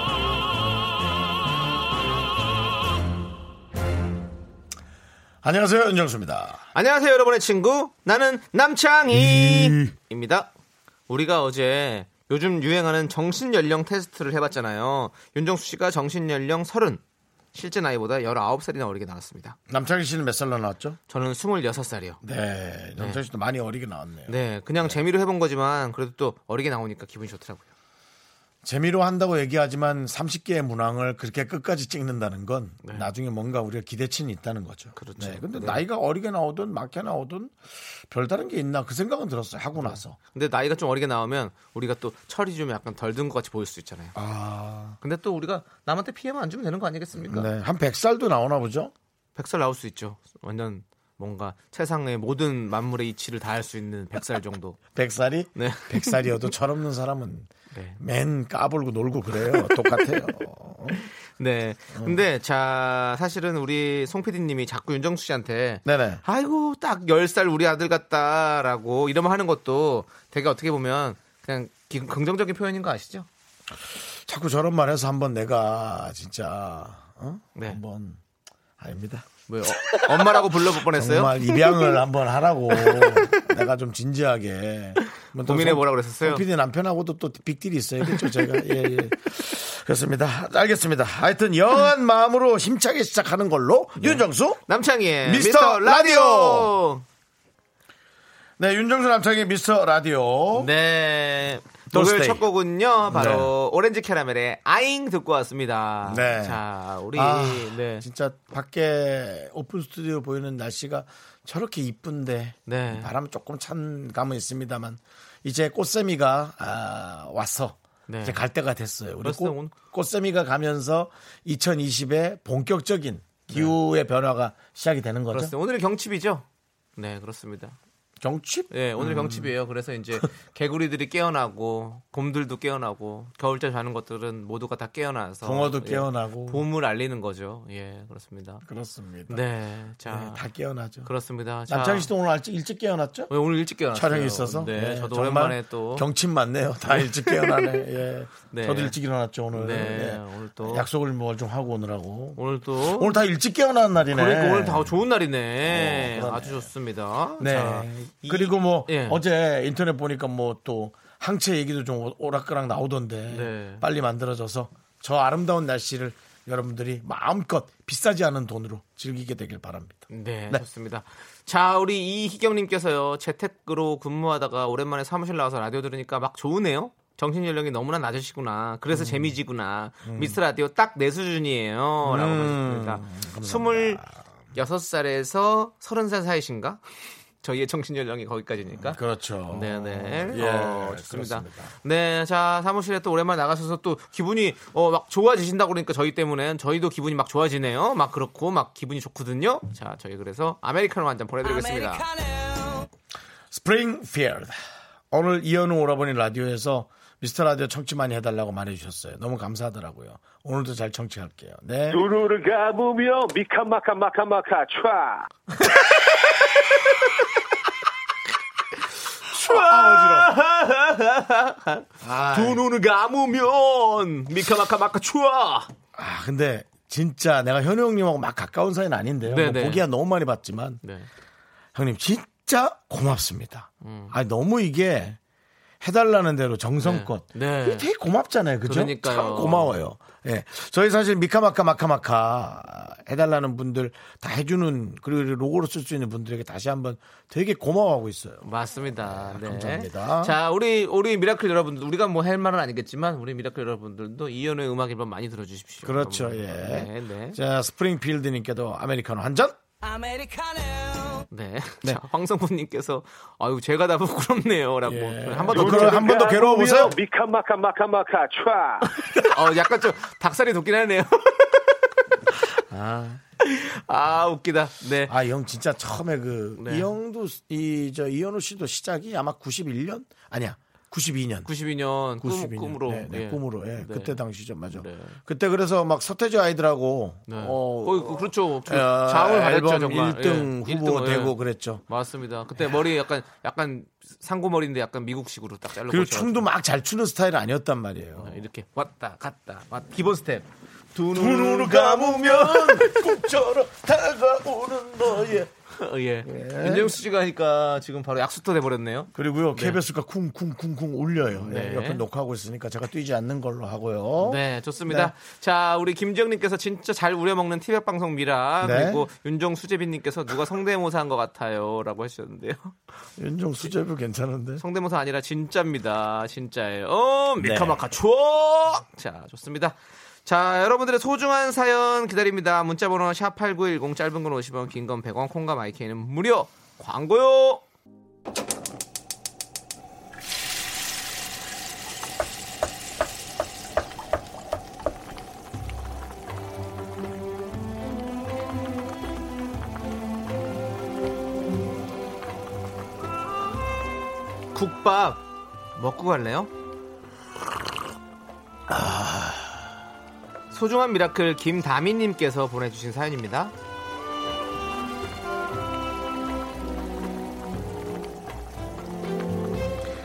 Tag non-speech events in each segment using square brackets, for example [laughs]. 안녕하세요 윤정수입니다. 안녕하세요, 여러분의 친구. 나는 남창희입니다. 우리가 어제 요즘 유행하는 정신연령 테스트를 해봤잖아요. 윤정수 씨가 정신연령 30, 실제 나이보다 19살이나 어리게 나왔습니다. 남창희 씨는 몇 살로 나왔죠? 저는 26살이요. 네, 남창희 씨도 많이 어리게 나왔네요. 네, 그냥 재미로 해본 거지만 그래도 또 어리게 나오니까 기분이 좋더라고요. 재미로 한다고 얘기하지만 30개의 문항을 그렇게 끝까지 찍는다는 건 나중에 뭔가 우리가 기대치는 있다는 거죠. 네. 그렇죠. 네, 근데 네. 나이가 어리게 나오든 막게 나오든 별다른 게 있나 그 생각은 들었어요. 네. 하고 나서. 근데 나이가 좀 어리게 나오면 우리가 또 철이 좀 약간 덜 든 것 같이 보일 수 있잖아요. 그러니까 아. 근데 또 우리가 남한테 피해만 안 주면 되는 거 아니겠습니까? 네, 한 100살도 나오나 보죠? 백살 나올 수 있죠. 완전 뭔가 세상의 모든 만물의 이치를 다 할 수 있는 백살 정도. 100살이? 네. 100살이어도 철없는 사람은 네. 맨 까불고 놀고 그래요. [laughs] 똑같아요. 네. 근데 자, 사실은 우리 송 PD님이 자꾸 윤정수 씨한테 네네. 아이고 딱 열 살 우리 아들 같다라고 이러면 하는 것도 되게 어떻게 보면 그냥 기- 긍정적인 표현인 거 아시죠? 자꾸 저런 말 해서 한번 내가 진짜 어? 네. 한번 아닙니다. 뭐 어- 엄마라고 불러볼 뻔했어요. 정말 입양을 한번 [laughs] 하라고 내가 좀 진지하게 한번 또 고민해 송- 보라 그랬었어요. 송 PD 남편하고도 또 빅딜이 있어요. 그렇죠, 제가 예, 예. 그렇습니다. 알겠습니다. 하여튼 여한 마음으로 힘차게 시작하는 걸로 네. 윤정수. 남창희의 미스터 미스터 라디오. 네, 윤정수 남창의 미스터 라디오. 네. 또 오늘 스테이. 첫 곡은요, 바로 오렌지 캐러멜의 아잉 듣고 왔습니다. 네. 자, 우리 아, 네. 진짜 밖에 오픈 스튜디오 보이는 날씨가 저렇게 이쁜데 네. 바람 조금 찬 감은 있습니다만 이제 꽃샘이가 아, 와서 네. 이제 갈 때가 됐어요. 우리 벌써 꽃, 오늘- 꽃샘이가 가면서 2020의 본격적인 기후의 변화가 시작이 되는 거죠. 네. 그렇습니다. 오늘은 경칩이죠? 네, 그렇습니다. 경칩? 예, 오늘 음. 경칩이에요. 그래서 이제 개구리들이 깨어나고 곰들도 깨어나고 겨울잠 자는 것들은 모두가 다 깨어나서 붕어도 예, 깨어나고 봄을 알리는 거죠. 예, 그렇습니다. 그렇습니다. 네. 네. 자, 다 깨어나죠. 그렇습니다. 자, 남창희 씨도 오늘 일찍, 일찍 깨어났죠? 네, 오늘 일찍 깨어났어요. 촬영이 있어서. 네, 네, 저도 정말 오랜만에 또 경침 맞네요. 다 일찍 [laughs] 깨어나네. 예. 네. 저도 일찍 일어났죠 오늘. 네, 예. 오늘 또- 약속을 뭐 좀 하고 오느라고. 오늘 또 오늘 다 일찍 깨어나는 날이네. 그러니까 오늘 다 좋은 날이네. 어, 그러네. 아주 좋습니다. 네. 자, 그리고 뭐 예. 어제 인터넷 보니까 뭐 또 항체 얘기도 좀 오락가락 나오던데 네. 빨리 만들어져서 저 아름다운 날씨를 여러분들이 마음껏 비싸지 않은 돈으로 즐기게 되길 바랍니다. 네, 네. 좋습니다. 자, 우리 이희경님께서요 재택으로 근무하다가 오랜만에 사무실 나와서 라디오 들으니까 막 좋으네요. 정신 연령이 너무나 낮으시구나. 그래서 재미지구나. 미스 라디오 딱 내 수준이에요라고 보셨습니다. 스물 여섯 살에서 서른 살 사이신가? [laughs] 저희의 정신 연령이 거기까지니까. 그렇죠. 네네. 예, 어, 좋습니다. 그렇습니다. 네, 자 사무실에 또 오랜만에 나가셔서 또 기분이 어, 막 좋아지신다 그러니까 저희 때문에 저희도 기분이 막 좋아지네요. 막 그렇고 막 기분이 좋거든요. 자 저희 그래서 아메리카노 한 잔 보내드리겠습니다. 스프링필드 오늘 이현우 오라버니 라디오에서 미스터 라디오 청취 많이 해달라고 말해주셨어요. 너무 감사하더라고요. 오늘도 잘 청취할게요. 네. 우르르 가보며 미카마카 마카마카 촤 두 눈을 감으면 미카마카 마카 추아. 아 근데 진짜 내가 현우 형님하고 막 가까운 사이는 아닌데요. 네, 뭐 네. 보기야 너무 많이 봤지만 네, 형님 진짜 고맙습니다. 음. 아 너무 이게 해달라는 대로 정성껏. 네. 이게 되게 고맙잖아요, 그죠? 그러니까요. 참 고마워요. 예, 저희 사실 미카마카 마카마카 해달라는 분들 다 해주는 그리고 로고로 쓸 수 있는 분들에게 다시 한번 되게 고마워하고 있어요. 맞습니다. 네. 아, 감사합니다. 자 우리 우리 미라클 여러분들 우리가 뭐 할 말은 아니겠지만 우리 미라클 여러분들도 이현우의 음악 앨범 많이 들어주십시오. 그렇죠, 여러분. 예. 네, 네. 자 스프링필드님께도 아메리카노 한 잔. 네. 자, 황성훈님께서 아유 제가 다 부끄럽네요라고 뭐, 아, 한 번 더 그럼 예. 한 번더 괴로워 보세요. 미카마카 마카마카 촤 [laughs] 어, 약간 좀 닭살이 돋긴 하네요. 아 웃기다. 네. 아, 이 형 진짜 처음에 그, 네. 이 형도, 이, 저, 이현우 씨도 시작이 아마 91년? 아니야, 92년. 92년, 꿈, 92년. 꿈으로. 네, 네, 예. 꿈으로. 예, 네. 그때 당시죠, 맞아. 네. 그때 그래서 막 서태지 아이들하고, 네. 어, 거의 그- 그렇죠. 그 어, 자웅을 가렸죠 앨범 정말. 1등 예. 후보 일등, 예. 되고 그랬죠. 맞습니다. 그때 머리 약간 약간 상고머리인데 약간 미국식으로 딱 잘라. 그리고 고쳐가지고. 춤도 막 잘 추는 스타일 아니었단 말이에요. 네, 이렇게 왔다 갔다 왔 기본 스텝. 두 눈으로 감으면 [laughs] 꿈처럼 다가오는 너의 어, 예. 윤정수 씨가 하니까 지금 바로 약수터 돼버렸네요. 그리고요 KBS가 쿵쿵쿵쿵 울려요. 예, 네. 옆에 녹화하고 있으니까 제가 뛰지 않는 걸로 하고요. 네, 좋습니다. 자, 우리 김지영님께서 진짜 잘 우려먹는 티백 방송 미라 네. 그리고 윤종수재빈님께서 누가 성대모사 한 것 같아요라고 하셨는데요. [laughs] 윤종수 제부 괜찮은데. 성대모사 아니라 진짜입니다. 진짜예요. 어, 미카마카 추억! 자, 좋습니다. 자, 여러분들의 소중한 사연 기다립니다. 문자번호 샵8910 짧은 건 50원, 긴 건 100원, 콩과 마이크는 무료! 광고요! 국밥 먹고 갈래요? 소중한 미라클 김다미님께서 보내주신 사연입니다.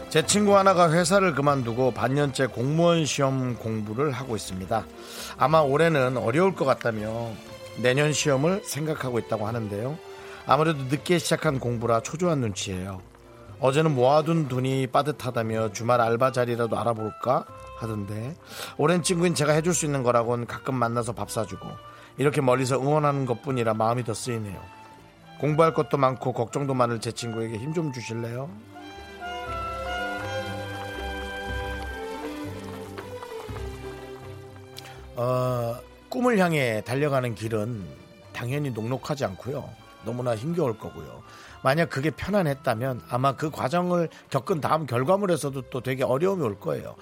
제 친구 하나가 회사를 그만두고 반년째 공무원 시험 공부를 하고 있습니다. 아마 올해는 어려울 것 같다며 내년 시험을 생각하고 있다고 하는데요. 아무래도 늦게 시작한 공부라 초조한 눈치예요. 어제는 모아둔 돈이 빠듯하다며 주말 알바 자리라도 알아볼까 하던데 오랜 친구인 제가 해줄 수 있는 거라곤 가끔 만나서 밥 사주고 이렇게 멀리서 응원하는 것뿐이라 마음이 더 쓰이네요. 공부할 것도 많고 걱정도 많을 제 친구에게 힘 좀 주실래요? 어, 꿈을 향해 달려가는 길은 당연히 녹록하지 않고요. 너무나 힘겨울 거고요. 만약 그게 편안했다면 아마 그 과정을 겪은 다음 결과물에서도 또 되게 어려움이 올 거예요.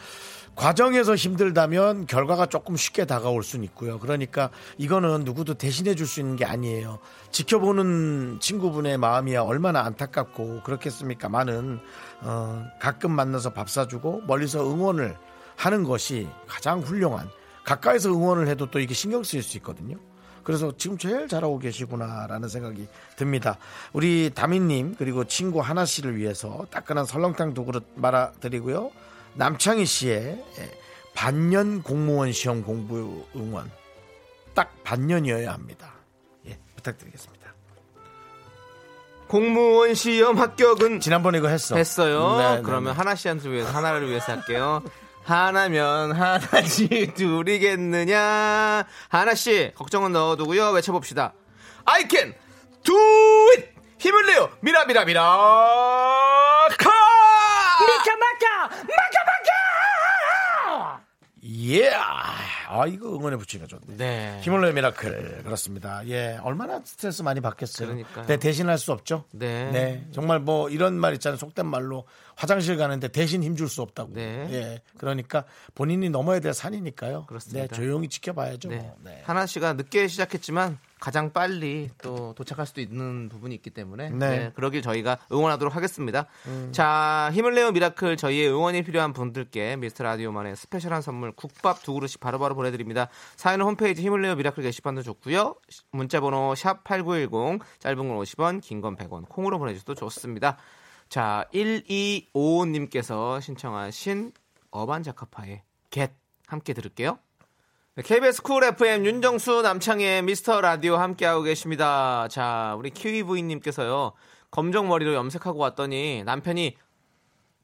과정에서 힘들다면 결과가 조금 쉽게 다가올 수는 있고요. 그러니까 이거는 누구도 대신해 줄 수 있는 게 아니에요. 지켜보는 친구분의 마음이야 얼마나 안타깝고 그렇겠습니까? 많은 어, 가끔 만나서 밥 사주고 멀리서 응원을 하는 것이 가장 훌륭한 가까이서 응원을 해도 또 이게 신경 쓰일 수 있거든요. 그래서 지금 제일 잘하고 계시구나라는 생각이 듭니다. 우리 다민님 그리고 친구 하나 씨를 위해서 따끈한 설렁탕 두 그릇 말아드리고요. 남창희 씨의 예, 반년 공무원 시험 공부 응원 딱 반년이어야 합니다. 예 부탁드리겠습니다. 공무원 시험 합격은 지난번에 이거 했어. 했어요. 네, 네, 그러면 네. 하나 씨한테 위해서 하나를 위해서 할게요. 하나면 하나지 둘이겠느냐. 하나 씨 걱정은 넣어두고요. 외쳐봅시다. I can do it. 힘을 내요. 미라 미라 미라. 카. 예. 아 이거 응원에 붙이기가 좋네. 네. 힘을 내요 미라클 그렇습니다. 예, 얼마나 스트레스 많이 받겠어요. 그러니까요. 네, 대신할 수 없죠. 네. 정말 뭐 이런 말 있잖아요. 속된 말로 화장실 가는데 대신 힘줄 수 없다고. 네. 예, 그러니까 본인이 넘어야 될 산이니까요. 그렇습니다. 네, 조용히 지켜봐야죠. 네. 뭐. 네. 하나 씨가 늦게 시작했지만 가장 빨리 또 도착할 수도 있는 부분이 있기 때문에 네. 네, 그러길 저희가 응원하도록 하겠습니다. 자, 힘을 내요 미라클 저희의 응원이 필요한 분들께 미스터 라디오만의 스페셜한 선물 국밥 두 그릇씩 바로바로 보내드립니다. 사연은 홈페이지 힘을 내요 미라클 게시판도 좋고요. 문자번호 샵 #8910 짧은 건 50원, 긴 건 100원 콩으로 보내주셔도 좋습니다. 자, 1255님께서 신청하신 어반자카파의 겟 함께 들을게요. 네, KBS 쿨 FM 윤정수 남창의 미스터 라디오 함께하고 계십니다. 자, 우리 키위 부인님께서요. 검정 머리로 염색하고 왔더니 남편이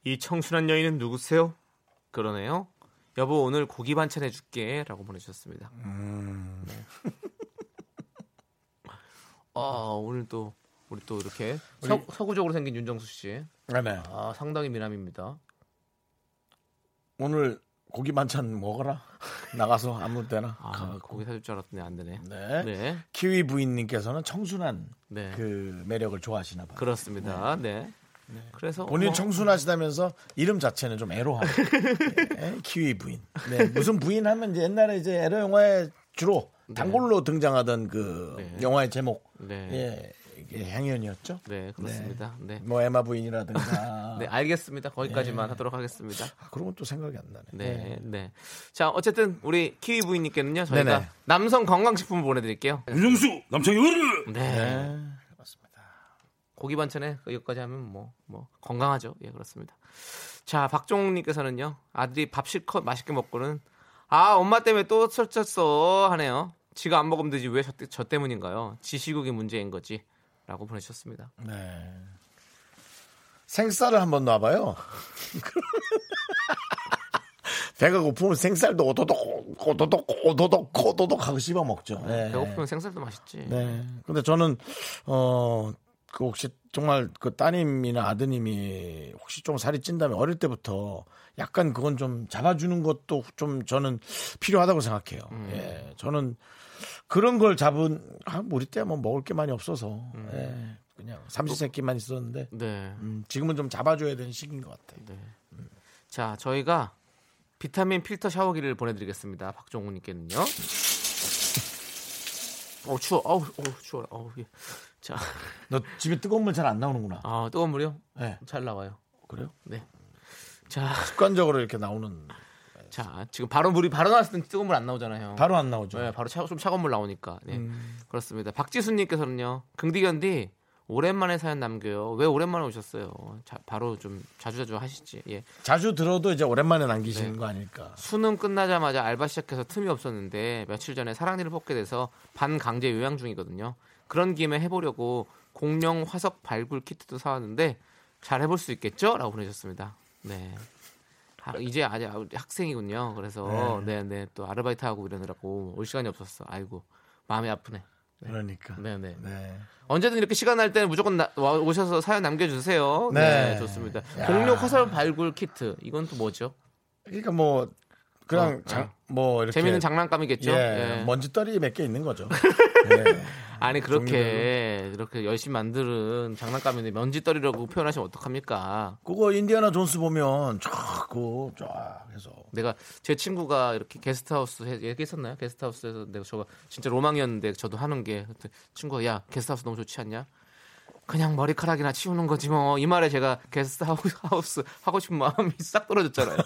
이 청순한 여인은 누구세요? 그러네요. 여보 오늘 고기 반찬 해줄게라고 보내주셨습니다. 음. 네. 아 오늘 또 우리 또 이렇게 서, 서구적으로 생긴 윤정수 씨, 네, 네. 아 상당히 미남입니다. 오늘 고기 반찬 먹어라. 나가서 아무 때나. 아 고기 사줄 줄 알았더니 안 되네. 네. 네, 키위 부인님께서는 청순한 네. 그 매력을 좋아하시나 봐요. 그렇습니다. 네. 그래서 본인 뭐- 청순하시다면서 이름 자체는 좀 [laughs] 애로하고 네, 예, 키위 부인. 네, 무슨 부인 하면 이제 옛날에 이제 애로 영화에 주로 단골로 등장하던 그 네. 영화의 제목 네. 예 이게 향연이었죠. 네, 그렇습니다. 네. 뭐 에마 부인이라든가 [laughs] 네, 알겠습니다. 거기까지만 하도록 하겠습니다. 아, 그런 건 또 생각이 안 나네. 네, 네. 자, 어쨌든 우리 키위 부인님께는요, 저희가 네네. 네. 남성 건강식품 보내드릴게요. 윤정수 남창희 네. 맞습니다. 고기 반찬에 여기까지 하면 뭐, 뭐, 건강하죠. 예, 그렇습니다. 자, 박종욱님께서는요, 아들이 밥 실컷 맛있게 먹고는, 아, 엄마 때문에 또 설쳤어. 하네요. 지가 안 먹으면 되지. 왜 저, 때- 저 때문인가요? 지시국이 문제인 거지. 라고 보내주셨습니다. 네. 생쌀을 한번 놔봐요. [laughs] 배가 고프면 생쌀도 오도독 오도독 오도독 오도독 하고 씹어 먹죠. 네. 아, 배고프면 생쌀도 맛있지. 네. 근데 저는 어. 그 혹시 정말 그 따님이나 아드님이 혹시 좀 살이 찐다면 어릴 때부터 약간 그건 좀 잡아주는 것도 좀 저는 필요하다고 생각해요. 예, 저는 그런 걸 잡은 아, 우리 때 뭐 먹을 게 많이 없어서 예, 그냥 삼시세끼만 있었는데 네. 음, 지금은 좀 잡아줘야 되는 시기인 것 같아요. 자, 저희가 비타민 필터 샤워기를 보내드리겠습니다. 박종우님께는요. 어 추워, 어우, 어우 추워, 어우. 예. 자, 너 집에 뜨거운 물 잘 안 나오는구나. 아 뜨거운 물이요? 예, 잘 나와요. 그래요? 네. 자, 습관적으로 이렇게 나오는 자, 지금 바로 물이 바로 나왔을 땐 뜨거운 물 안 나오잖아요. 바로 음. 안 나오죠. 네, 바로 차, 좀 차가운 물 나오니까. 네. 그렇습니다. 박지수님께서는요. 긍디견디 오랜만에 사연 남겨요. 왜 오랜만에 오셨어요? 자, 바로 좀 자주자주 하시지. 예. 자주 들어도 이제 오랜만에 남기시는 거 아닐까. 수능 끝나자마자 알바 시작해서 틈이 없었는데 며칠 전에 사랑니를 뽑게 돼서 반강제 요양 중이거든요. 그런 김에 해보려고 공룡 화석 발굴 키트도 사왔는데 잘 해볼 수 있겠죠? 라고 보내셨습니다. 네. 아, 이제 아직 학생이군요. 그래서 네네 또 아르바이트 하고 이러느라고 올 시간이 없었어. 아이고 마음이 아프네. 그러니까. 네네. 네. 언제든 이렇게 시간 날 때는 무조건 나- 와- 오셔서 사연 남겨주세요. 네. 네, 좋습니다. 야. 공룡 화석 발굴 키트 이건 또 뭐죠? 그러니까 뭐 그냥 어, 장, 뭐 이렇게 재밌는 장난감이겠죠. 예, 예. 먼지떨이 몇 개 있는 [laughs] 거죠. 예. 아니 그렇게 이렇게 열심히 만드는 장난감인데 면지떨이라고 표현하시면 어떡합니까? 그거 인디아나 존스 보면 자꾸 쫙 해서 내가 제 친구가 이렇게 게스트하우스 해- 얘기했었나요? 게스트하우스에서 내가 저가 진짜 로망이었는데 저도 하는 게 그때 친구가 야 게스트하우스 너무 좋지 않냐? 그냥 머리카락이나 치우는 거지 뭐 이 말에 제가 게스트하우스 하고 싶은 마음이 싹 떨어졌잖아요.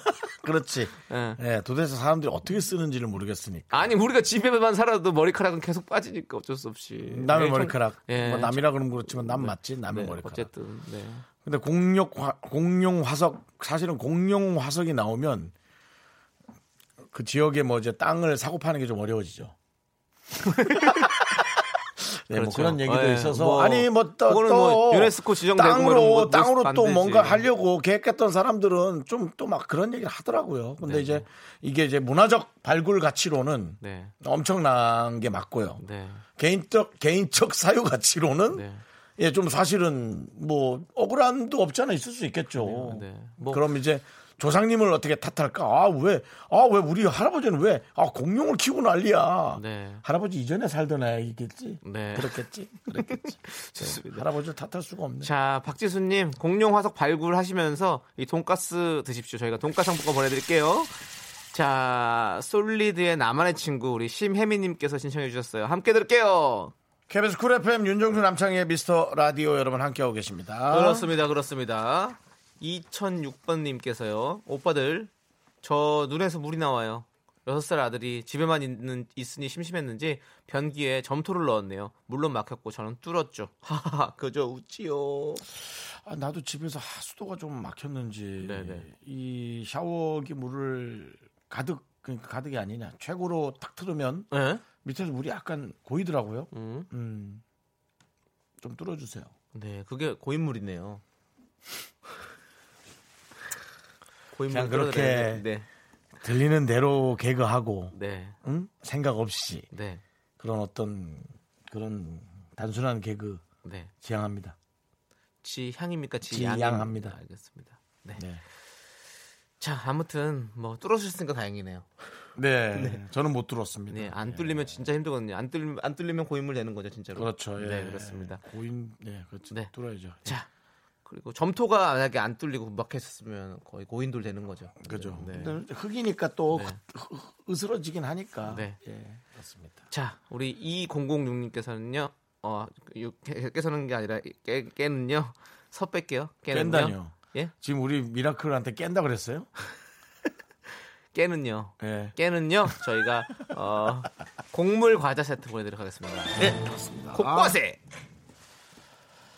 그렇지. 예. 예, 도대체 사람들이 어떻게 쓰는지를 모르겠으니까. 아니 우리가 집에만 살아도 머리카락은 계속 빠지니까 어쩔 수 없이 남의 예, 좀- 머리카락. 예, 뭐 남이라 그러면 그렇지만 남 맞지 남의 네, 머리카락. 어쨌든 네. 근데 공룡 화, 공룡 화석 사실은 공룡 화석이 나오면 그 지역에 뭐 이제 땅을 사고 파는 게 좀 [laughs] 어려워지죠. 네, 뭐 그렇죠. 그런 얘기도 예, 있어서 뭐 아니 뭐또 그거는 뭐 유네스코 지정되고 뭐 땅으로 이런 거 땅으로 못 또 만들지. 뭔가 하려고 계획했던 사람들은 좀 또 막 그런 얘기를 하더라고요. 근데 이제 이게 이제 문화적 발굴 가치로는 네. 엄청난 게 맞고요. 네. 개인적 개인적 사유 가치로는 네. 예, 좀 사실은 뭐 억울함도 없지 않아 있을 수 있겠죠. 네, 네. 뭐- 그럼 이제 조상님을 어떻게 탓할까? 아, 왜? 아, 왜 우리 할아버지는 왜? 아, 공룡을 키우고 난리야. 네. 할아버지 이전에 살던 아이겠지. 네. [laughs] 그렇겠지. 그렇겠지. [laughs] 좋습니다. 할아버지를 탓할 수가 없네. 자, 박지수님, 공룡 화석 발굴하시면서 이 돈가스 드십시오. 저희가 돈가스 상품권 보내드릴게요. 자, 솔리드의 나만의 친구, 우리 심혜미님께서 신청해주셨어요. 함께 들을게요. KBS 쿨 FM 윤정수 남창희의 미스터 라디오 여러분 함께하고 계십니다. 그렇습니다, 그렇습니다. 2006번님께서요, 오빠들, 저 눈에서 물이 나와요. 6살 아들이 집에만 있는, 있으니 심심했는지 변기에 점토를 넣었네요. 물론 막혔고 저는 뚫었죠. [laughs] 하하하, 그저 웃지요. 아, 나도 집에서 하수도가 좀 막혔는지 네네. 이 샤워기 물을 가득 그러니까 가득이 아니냐 최고로 탁 틀으면 네? 밑에서 물이 약간 고이더라고요. 음. 음, 좀 뚫어주세요. 네, [laughs] 그게 고인물이네요. 고인물 그냥 그렇게- 끌어들여야 돼. 들리는 대로 개그하고 네, 네, 응? 생각 없이 네, 그런 어떤 그런 단순한 개그 네. 지향합니다. 지향입니까? 지향합니다. 지양입니까? 알겠습니다. 네. 네. 자, 아무튼 뭐 뚫어주셨으니까 다행이네요. 네, 저는 못 들었습니다. 네, 안 뚫리면 진짜 힘들거든요. 안 뚫리면 안 뚫리면 고인물 되는 거죠, 진짜로. 그렇죠. 예. 네, 그렇습니다. 고인, 네, 그렇죠. 네. 뚫어야죠. 자, 그리고 점토가 만약에 안 뚫리고 막혔으면 거의 고인돌 되는 거죠. 그죠. 네. 근데 흙이니까 또 흐- 흐- 으스러지긴 하니까. 네. 예. 그렇습니다. 자, 우리 2006님께서는요. 어, 육- 깨- 깨서는 게 아니라 깨, 깨는요. 서 뺄게요. 깨는요. 깬다뇨. 예? 지금 우리 미라클한테 깬다 그랬어요? 깨는요. 예. 깨는요. 저희가 어, 곡물 과자 세트 보내드리겠습니다. 네, 그렇습니다. 아. 곳곳에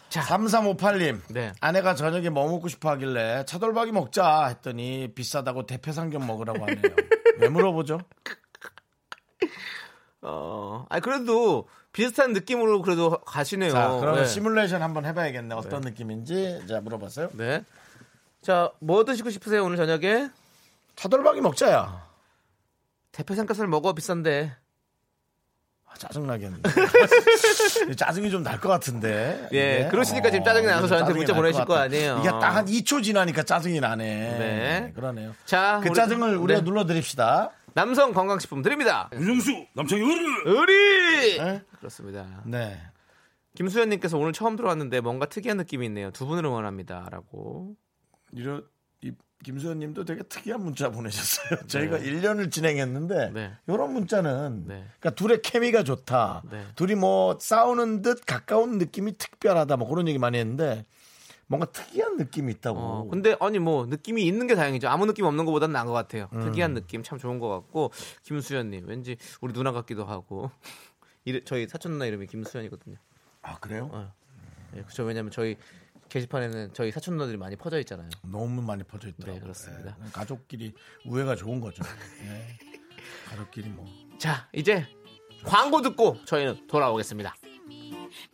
3358님. 네. 아내가 저녁에 뭐 먹고 싶어 하길래 차돌박이 먹자 했더니 비싸다고 대패상견 먹으라고 하네요. [laughs] 왜 물어보죠? 어, 아 그래도 비슷한 느낌으로 그래도 가시네요. 자, 그러면 네. 시뮬레이션 한번 어, 해봐야겠네. 어떤 느낌인지. 자, 물어봤어요. 네. 자, 뭐 드시고 싶으세요 오늘 저녁에? 차돌박이 먹자야. 대패 삼겹살 먹어 비싼데. 아, 짜증나겠는데. [laughs] 짜증이 좀 날 것 같은데. 네. 어, 예, 그러시니까 지금 짜증이 나서 저한테 문자 날것 보내실 거 같아. 아니에요. 이게 딱 한 2초 지나니까 짜증이 나네. 네. 네, 그러네요. 자, 그 우리- 짜증을 우리가 네. 눌러드립시다. 남성 건강식품 드립니다. 네. 윤정수 남창희 으르 의리. 네? 그렇습니다. 네. 김수현님께서 오늘 처음 들어왔는데 뭔가 특이한 느낌이 있네요. 두 분을 응원합니다라고. 이런 이- 김수현 님도 되게 특이한 문자 보내셨어요. 저희가 1년을 진행했는데 네. 이런 문자는 네. 그러니까 둘의 케미가 좋다. 네. 둘이 뭐 싸우는 듯 가까운 느낌이 특별하다 뭐 그런 얘기 많이 했는데 뭔가 특이한 느낌이 있다고. 어, 근데 아니 뭐 느낌이 있는 게 다행이죠. 아무 느낌 없는 것보다는 나은 것 같아요. 특이한 느낌 참 좋은 것 같고 김수현님 왠지 우리 누나 같기도 하고 [laughs] 이래- 저희 사촌 누나 이름이 김수현이거든요. 아, 그래요? 예, 그렇죠. 왜냐하면 저희 게시판에는 저희 사촌 누나들이 많이 퍼져 있잖아요. 너무 많이 퍼져 있더라고요. 네, 그렇습니다. 예, 가족끼리 우애가 좋은 거죠. 예. 가족끼리 뭐 자 이제 광고 듣고 저희는 돌아오겠습니다.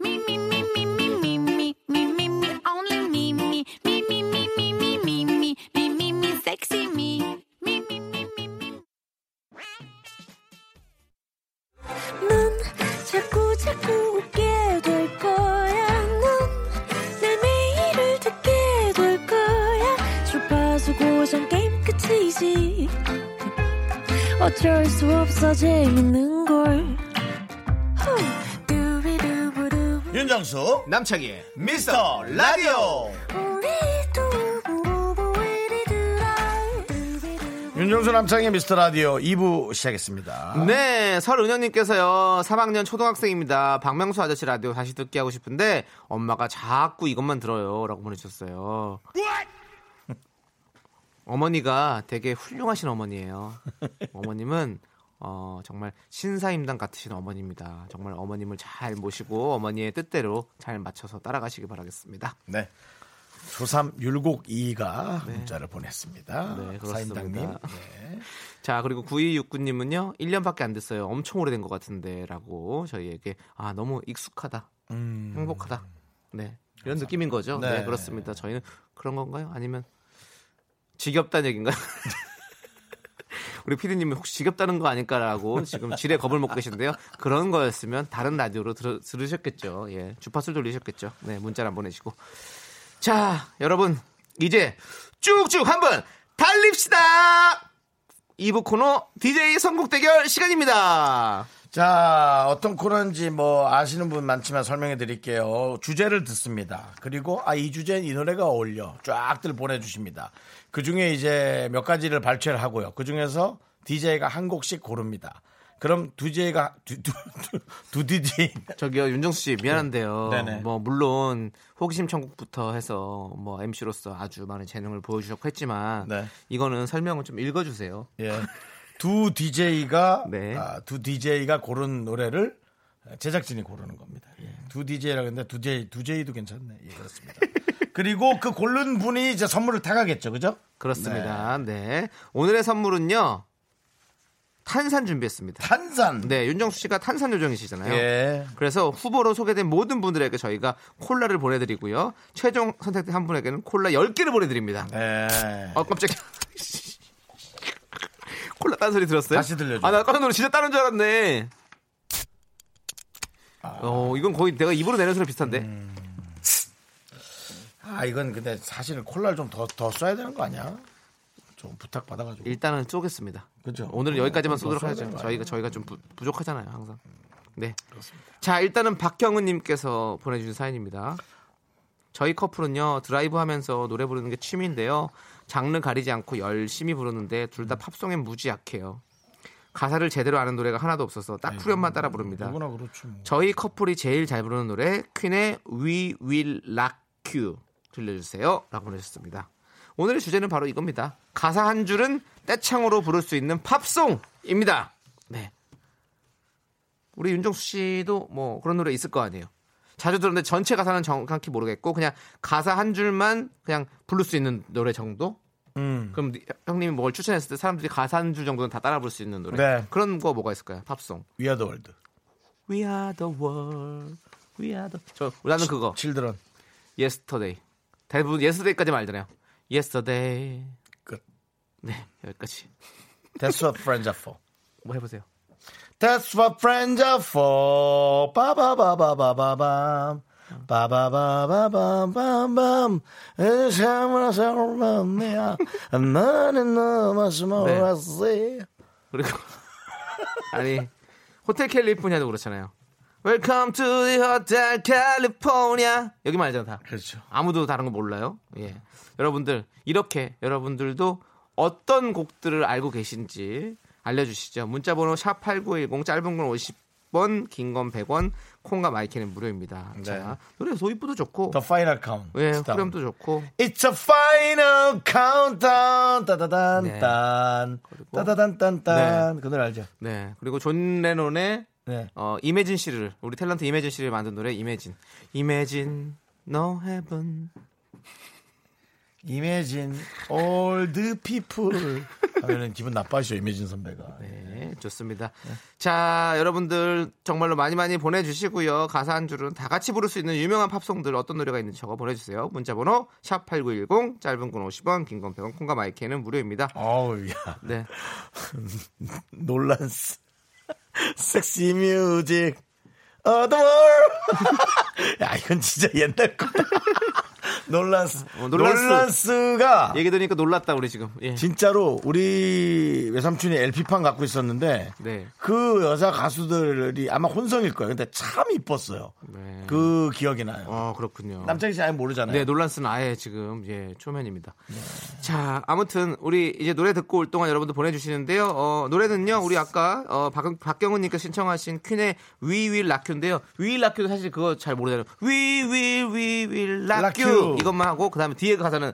Me, me, me, me, me, me, me, me, me, me, only me, me, me, me, me, me, me, me, me, me, me, me, sexy me. Me, me, me, me, me. 넌 자꾸, 자꾸 웃게 될 거야. 넌내 매일을 듣게 될 거야. 주파수 고정 게임 끝이지. 어쩔 수 없어 재밌는 걸. 후. 두비두부두부. 윤정수 남창희의 미스터 라디오 윤정수 남창의 미스터 라디오 2부 시작했습니다. 네, 설은현님께서요, 3학년 초등학생입니다. 박명수 아저씨 라디오 다시 듣기 하고 싶은데, 엄마가 자꾸 이것만 들어요. 라고 보내주셨어요. [laughs] 어머니가 되게 훌륭하신 어머니예요. 어머님은, 어, 정말 신사임당 같으신 어머니입니다. 정말 어머님을 잘 모시고, 어머니의 뜻대로 잘 맞춰서 따라가시기 바라겠습니다. 네. 조삼 율곡 이가 문자를 보냈습니다. 네, 그렇습니다. 사인당님. 네. 자, 그리고 9269님은요, 1년밖에 안 됐어요. 엄청 오래된 것 같은데, 라고 저희에게, 아, 너무 익숙하다. 음, 행복하다. 네. 이런 느낌인 거죠. 네. 네. 그렇습니다. 저희는 그런 건가요? 아니면 지겹다는 얘기인가요? [laughs] 우리 피디님이 혹시 지겹다는 거 아닐까라고 지금 지레 겁을 먹고 계신데요. 그런 거였으면 다른 라디오로 들, 으셨겠죠 예. 주파수 돌리셨겠죠. 네. 문자를 안 보내시고. 자, 여러분. 이제 쭉쭉 한번 달립시다! 2부 코너 DJ 선곡 대결 시간입니다. 자, 어떤 코너인지 뭐 아시는 분 많지만 설명해 드릴게요. 주제를 듣습니다. 그리고 아, 이 주제엔 이 노래가 어울려. 쫙들 보내주십니다. 그 중에 이제 몇 가지를 발췌를 하고요. 그 중에서 DJ가 한 곡씩 고릅니다. 그럼 두 DJ가, 두, 두, 두, 두 DJ. 저기요 윤정수 씨 미안한데요. 네네. 뭐 물론 호기심 천국부터 해서 뭐 MC로서 아주 많은 재능을 보여주셨고 했지만 네. 이거는 설명을 좀 읽어주세요. 예. 두 DJ가 아, 네. 두 DJ가 고른 노래를 제작진이 고르는 겁니다. 예. 두 DJ라 근데 두 DJ 두 J도 괜찮네. 예, 그렇습니다. 그리고 그 고른 분이 이제 선물을 타가겠죠. 그죠? 그렇습니다. 네. 오늘의 선물은요 탄산 준비했습니다. 탄산. 네 윤정수 씨가 탄산 요정이시잖아요. 예. 그래서 후보로 소개된 모든 분들에게 저희가 콜라를 보내드리고요. 최종 선택된 한 분에게는 콜라 10개를 보내드립니다. 네. 아 깜짝이야. [laughs] 콜라 딴 소리 들었어요? 다시 들려줘. 아나 깜짝 놀라 진짜 다른 줄 알았네. 어 이건 거의 내가 입으로 내는 소리 비슷한데. 음. 아, 이건 근데 사실은 콜라를 좀 더 더 써야 되는 거 아니야? 좀 부탁 받아가지고. 일단은 쏘겠습니다. 그죠? 그렇죠. 오늘 어, 여기까지만 좀 쏘도록 더 써야 하죠. 되는 거 저희가 저희가 좀 부, 족하잖아요 항상. 네. 자 일단은 박경은님께서 보내주신 사연입니다. 저희 커플은요 드라이브 하면서 노래 부르는 게 음. 취미인데요 장르 가리지 않고 열심히 부르는데 둘 다 팝송엔 무지 약해요. 가사를 제대로 아는 노래가 하나도 없어서 딱 후렴만 따라 부릅니다. 누구나 그렇죠. 뭐. 저희 커플이 제일 잘 부르는 노래 퀸의 We Will Rock You 들려주세요 라고 보내셨습니다 오늘의 주제는 바로 이겁니다 가사 한 줄은 떼창으로 부를 수 있는 팝송입니다 네 우리 윤정수 씨도 뭐 그런 노래 있을 거 아니에요 자주 들었는데 전체 가사는 정확히 모르겠고 그냥 가사 한 줄만 그냥 부를 수 있는 노래 정도 음. 그럼 형님이 뭘 추천했을 때 사람들이 가사 한 줄 정도는 다 따라 부를 수 있는 노래 네. 그런 거 뭐가 있을까요 팝송 위아더 월드. We are the world. We are the. 저 나는 그거. 칠드런. Yesterday. 대부분 yesterday까지만 알잖아요. Yesterday. 끝. 네 여기까지. That's what friends are for. 뭐 해보세요. That's what friends are for. 빠바바바바바밤. 빠바바바밤밤밤. 삶은 삶이야. 나는 너무 네. small았지. 그리고 [laughs] 아니 호텔 캘리포니아도 그렇잖아요. Welcome to the Hotel California. 여기만 알잖아 다. 그렇죠. 아무도 다른 거 몰라요. 예. 여러분들 이렇게 여러분들도 어떤 곡들을 알고 계신지 알려주시죠. 문자번호 샵 #8910 짧은 건 50원, 긴 건 100원, 콩과 마이키는 무료입니다. 자, 노래 도입부도 좋고, The final count. 예, 후렴도 좋고, It's a final countdown. 네. 따다단딴. 따다단딴딴. 그 노래 알죠? 네. 그리고 존 레논의 네. 어, 이매진 씨를 우리 탤런트 이매진 씨를 만든 노래 이매진. 이매진 no heaven. Imagine all the [laughs] people. 하면은 기분 나빠지죠, 이미진 선배가. 네, 좋습니다. 자, 여러분들 정말로 많이 많이 보내주시고요. 가사 한 줄은 다 같이 부를 수 있는 유명한 팝송들 어떤 노래가 있는지 적어 보내주세요. 문자번호 샵 #8910 짧은 건 50원, 긴 건 100원, 콩과 마이크는 무료입니다. 어우, 야. 네, 논란 스- 섹시 뮤직 어더월 [laughs] 야 이건 진짜 옛날 거다 [laughs] 논란스 어, 논란스. 논란스가 얘기 들으니까 놀랐다 우리 지금. 예. 진짜로 우리 외삼촌이 LP판 갖고 있었는데 네. 그 여자 가수들이 아마 혼성일 거예요 근데 참 이뻤어요 네. 그 기억이 나요 어 그렇군요. 남창희 씨 아예 모르잖아요 네, 논란스는 아예 지금 예 초면입니다. 자, 아무튼 우리 이제 노래 듣고 올 동안 여러분들 보내주시는데요. 어, 노래는요, 우리 아까 어, 박, 박경은님께 신청하신 퀸의 We Will Rock You인데요. We Will Rock You도 사실 그거 잘 모르잖아요. We Will We Will Rock Rock You You. 이것만 하고 그다음에 뒤에 가사는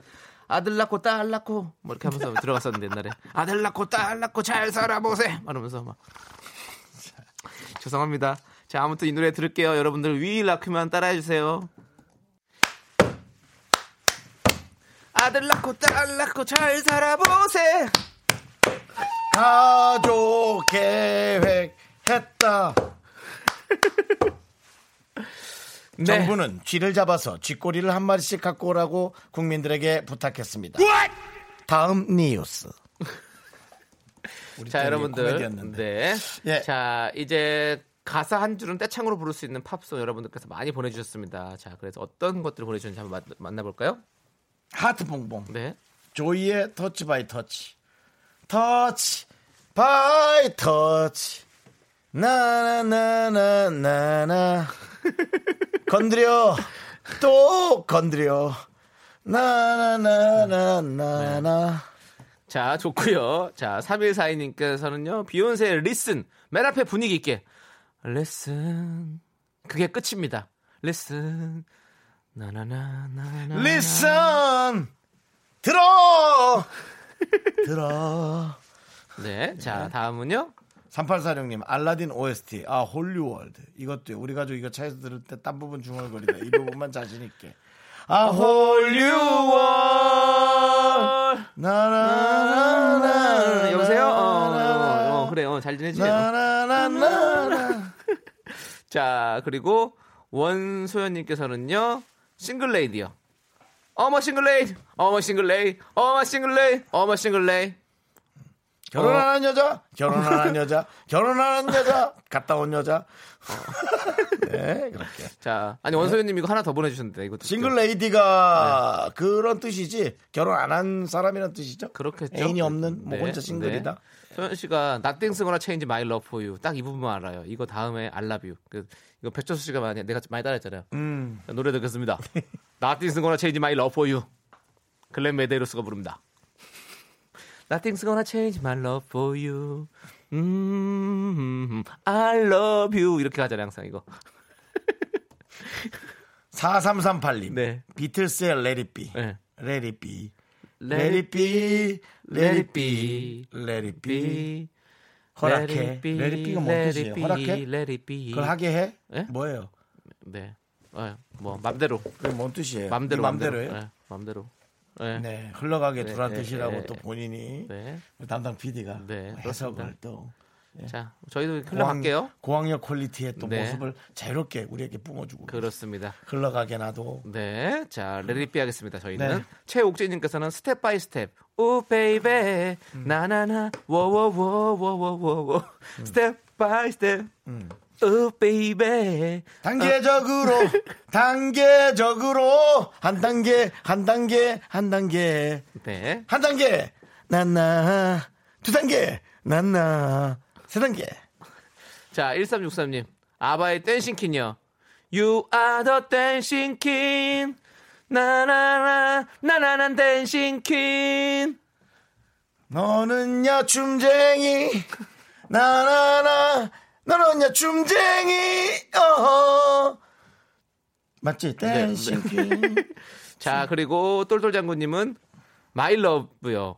아들 낳고 딸 낳고 뭐 이렇게 하면서 [laughs] 들어갔었는데 옛날에 아들 낳고 딸 낳고 잘 살아보세 말하면서 막 [laughs] 죄송합니다. 자, 아무튼 이 노래 들을게요. 여러분들 We Will Rock You만 따라해주세요. 아들 낳고 딸 낳고 잘 살아보세. 가족 계획 했다 [laughs] 네. 정부는 쥐를 잡아서 쥐꼬리를 한 마리씩 갖고 오라고 국민들에게 부탁했습니다. 다음 뉴스. 우리 자 때문에 여러분들 코미디였는데. 네. 예. 자 이제 가사 한 줄은 떼창으로 부를 수 있는 팝송 여러분들께서 많이 보내주셨습니다. 자 그래서 어떤 것들을 보내주셨는지 한번 마- 만나볼까요? 하트 봉봉. 네. 조이의 터치 바이 터치. 터치 바이 터치. 나나나나나나. 건드려. 또 건드려. 나나나나나나. 자 좋고요. 자 3142님께서는요 비욘세의 리슨 맨 앞에 분위기 있게 리슨 그게 끝입니다. 리슨 나나나나나 Listen. 들어. 들어. 네. 자 다음은요. 3846님 알라딘 OST 아 홀리월드 이것도 우리 가족 이거 차에서 들을 때 딴 부분 중얼거리다 이 부분만 자신 있게 아 홀리월드 나나나나 여보세요? 어, 어, 어, 그래, 어, 잘 지내지? 아. 어. 나나나나 자, 그리고 원소연님께서는요, 싱글레이디요. 어머 싱글레이, 어머 싱글레이, 어머 싱글레이, 어머 싱글레이. 결혼 안 한 여자 결혼 안 한 여자 결혼 안 한 여자 갔다 온 여자 네 그렇게 자, 아니 원소연님 이거 하나 더 보내주셨는데 이것도 네. 싱글 레이디가 그런 뜻이지 결혼 안 한 사람이란 뜻이죠? 그렇겠죠. 애인이 없는 뭐 네, 혼자 싱글이다. 네. 소연 씨가 Nothing s gonna change my love for you 딱 이 부분만 알아요. 이거 다음에 I love you. 그, 이거 백조수 씨가 많이 내가 많이 따라했잖아요. 음. 자, 노래 듣겠습니다. Nothing s gonna change my love for you. 글렌 메데이로스가 부릅니다. Nothing's gonna change my love for you. 음, I love you. 이렇게 가잖아요, 항상 이거. 4338님. 네. 비틀스의 Let It Be. 네. Let It Be. Let It Be. Let It Be. Let It Be. 허락해. Let It Be가 뭔 let it 뜻이에요? be, 허락해? Let it be. 그걸 하게 해? 예? 뭐예요? 네. 어, 뭐 맘대로. 그게 뭔 뜻이에요? 맘대로. 네 맘대로예요? 예, 맘대로. 예. 네. 네, 흘러가게 두란 네, 뜻이라고 네, 또 네. 본인이 담당 PD가 네, 해석을 또 자, 저희도 흘러갈게요. 고학력 퀄리티의 또 네. 모습을 자유롭게 우리에게 뿜어주고 그렇습니다. 흘러가게 놔도 네, 자 레디비 하겠습니다. 저희는 네. 최옥재님께서는 스텝 바이 스텝, 오 베이베, 나나나, 워워워워워워, 스텝 바이 스텝, 오 베이베, 단계적으로 [laughs] 단계적으로 한 단계 한 단계 한 단계 네, 한 단계 난나 두 단계 난나 세 단계 자 1363님 아바의 댄싱 퀸요, You are the dancing king, 나나나, 나나나 댄싱 퀸. 너는 야춤쟁이 나나나 너는 야춤쟁이 어허 맞지 댄싱 [laughs] 퀸 음. 자 그리고 똘똘 장군님은 My Love요.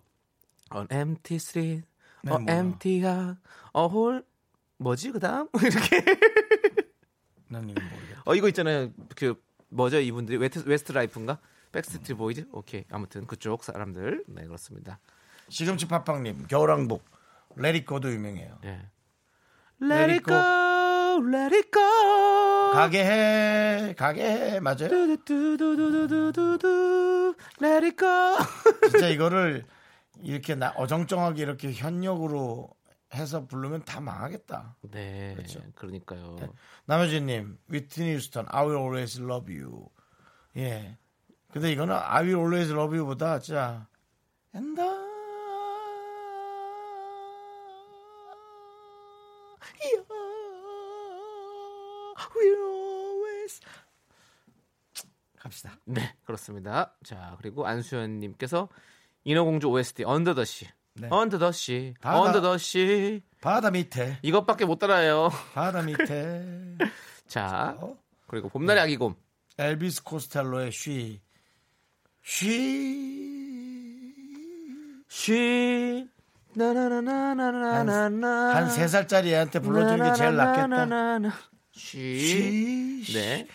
An empty street, 네, an 몰라. empty heart, a whole 뭐지 그다음 [laughs] 이렇게 난 이거 모르겠다. 어 이거 있잖아요 그 뭐죠 이분들이 웨스트, 웨스트 라이프인가 백스트리트 보이즈 오케이 아무튼 그쪽 사람들 네 그렇습니다 시금치 팥빵님 겨울왕국 레리코도 유명해요 네 Let Let it it go Let it go 가게 해 가게 해 맞아요 두두두두두두두 Let it go 진짜 이거를 이렇게 나 어정쩡하게 이렇게 현역으로 해서 부르면 다 망하겠다 네 그러니까요 네. 남효진님 위트니 휴스턴 I will always love you 예 근데 이거는 I will always love you보다 진짜 And I will always 갑시다 네, 그렇습니다. 자, 그리고 안수현 님께서 인어공주 OST 언더더시. 네. 언더더시. 다, 다. 언더더시. 바다 밑에 이것밖에 못 따라요. [laughs] 바다 밑에 자, 어? 그리고 봄날의 아기곰. 엘비스 코스텔로의 쉬. 쉬. 쉬. 나나나나나나나. 한 세 살짜리 애한테 불러주는 게 제일 낫겠다. 나나나나나. 쉬. 쉬. 네.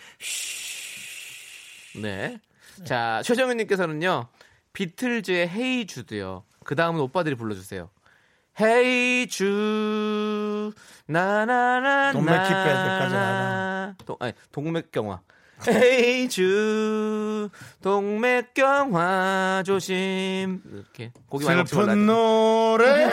네. 자, 최정현 님께서는요. 비틀즈의 헤이 주드요. 그 다음은 오빠들이 불러 주세요. 헤이 주 나나나 동맥 킥 밴드까지는 알아. 동 아니 [laughs] 동맥 경화. 헤이 주 동맥 경화 조심. 이렇게 고기 많이 먹지 슬픈 말라. 노래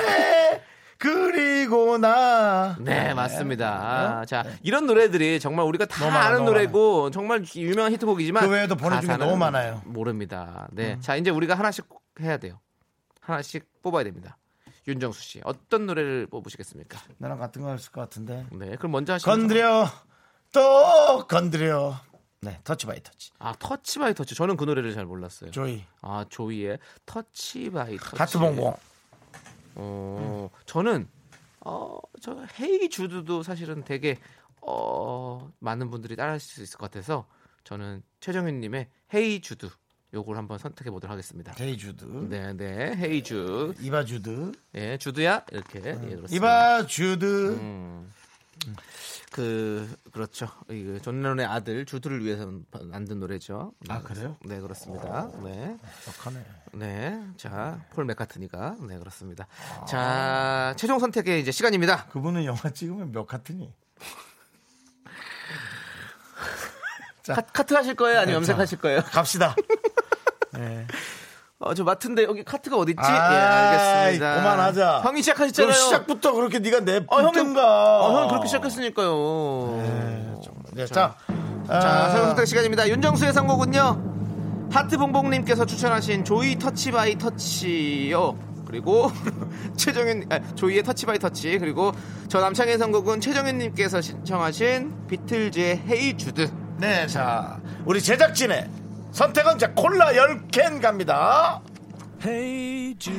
그리고 나. 네. 네, 맞습니다. 아, 자, 이런 노래들이 정말 우리가 다 너무 많아, 아는 너무 노래고 정말 유명한 히트곡이지만 그 외에도 보내준 게 가사는 너무 많아요. 음. 모릅니다. 네. 자, 이제 우리가 하나씩 해야 돼요. 하나씩 뽑아야 됩니다. 윤정수 씨, 어떤 노래를 뽑으시겠습니까? 나랑 같은 거 했을 것 같은데. 네, 그럼 먼저 하시죠. 건드려 또 건드려. 네, 터치 바이 터치. 아, 터치 바이 터치. 저는 그 노래를 잘 몰랐어요. 조이. 아, 조이의 터치 바이 터치. 하트 봉봉. 어, 저는 어, 저 헤이 주드도 사실은 되게 어, 많은 분들이 따라하실 수 있을 것 같아서 저는 최정현 님의 헤이 주드 요걸 한번 선택해 보도록 하겠습니다. 데이주드. 네, 네. 헤이 주. 이바주드. 예, 주드야. 이렇게. 예, 그렇습니다. 음. 이바주드. 그 그렇죠. 이존 레논의 아들 주드를 위해서 만든 노래죠. 네, 아, 그래요? 네, 그렇습니다. 네. 적하네. 네. 자, 폴 맥카트니가 네, 그렇습니다. 자, 최종 선택의 이제 시간입니다. 그분은 영화 찍으면 몇 같으니? 카, 카트 하실 거예요? 아니면 염색하실 거예요? [laughs] 갑시다. 어, 저 마트인데 여기 카트가 어디 있지? 아이, 예, 알겠습니다. 그만하자. 형이 그럼 시작하셨잖아요. 시작부터 그렇게 네가 내 어, 형이 뿌든가. 어, 형 그렇게 시작했으니까요. 네, 자, 자, 아, 새로운 선택 시간입니다. 윤정수의 선곡은요. 하트봉봉님께서 추천하신 조이 터치바이 터치요. 그리고 [laughs] 최정현 아, 조이의 터치바이 터치 그리고 저 남창의 선곡은 최정현님께서 신청하신 비틀즈의 헤이 주드. 네, 자, 우리 제작진의 선택은 자 콜라 10캔 갑니다. 헤이주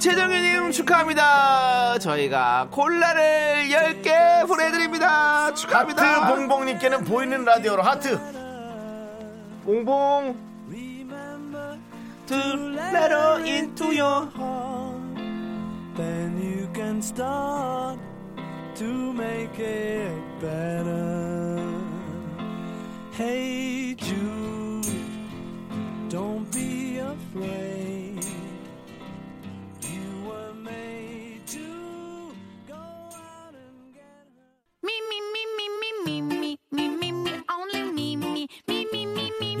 최정현님 축하합니다. 저희가 콜라를 10개 보내드립니다. 축하합니다. 하트 봉봉님께는 보이는 라디오로 하트 봉봉 To let her into your Then you can start to make it better. Hey Jude, don't be afraid. You were made to go out and get her. Me, me, me, me, me, me, me, me, me, me, only me, me, me, me, me, me.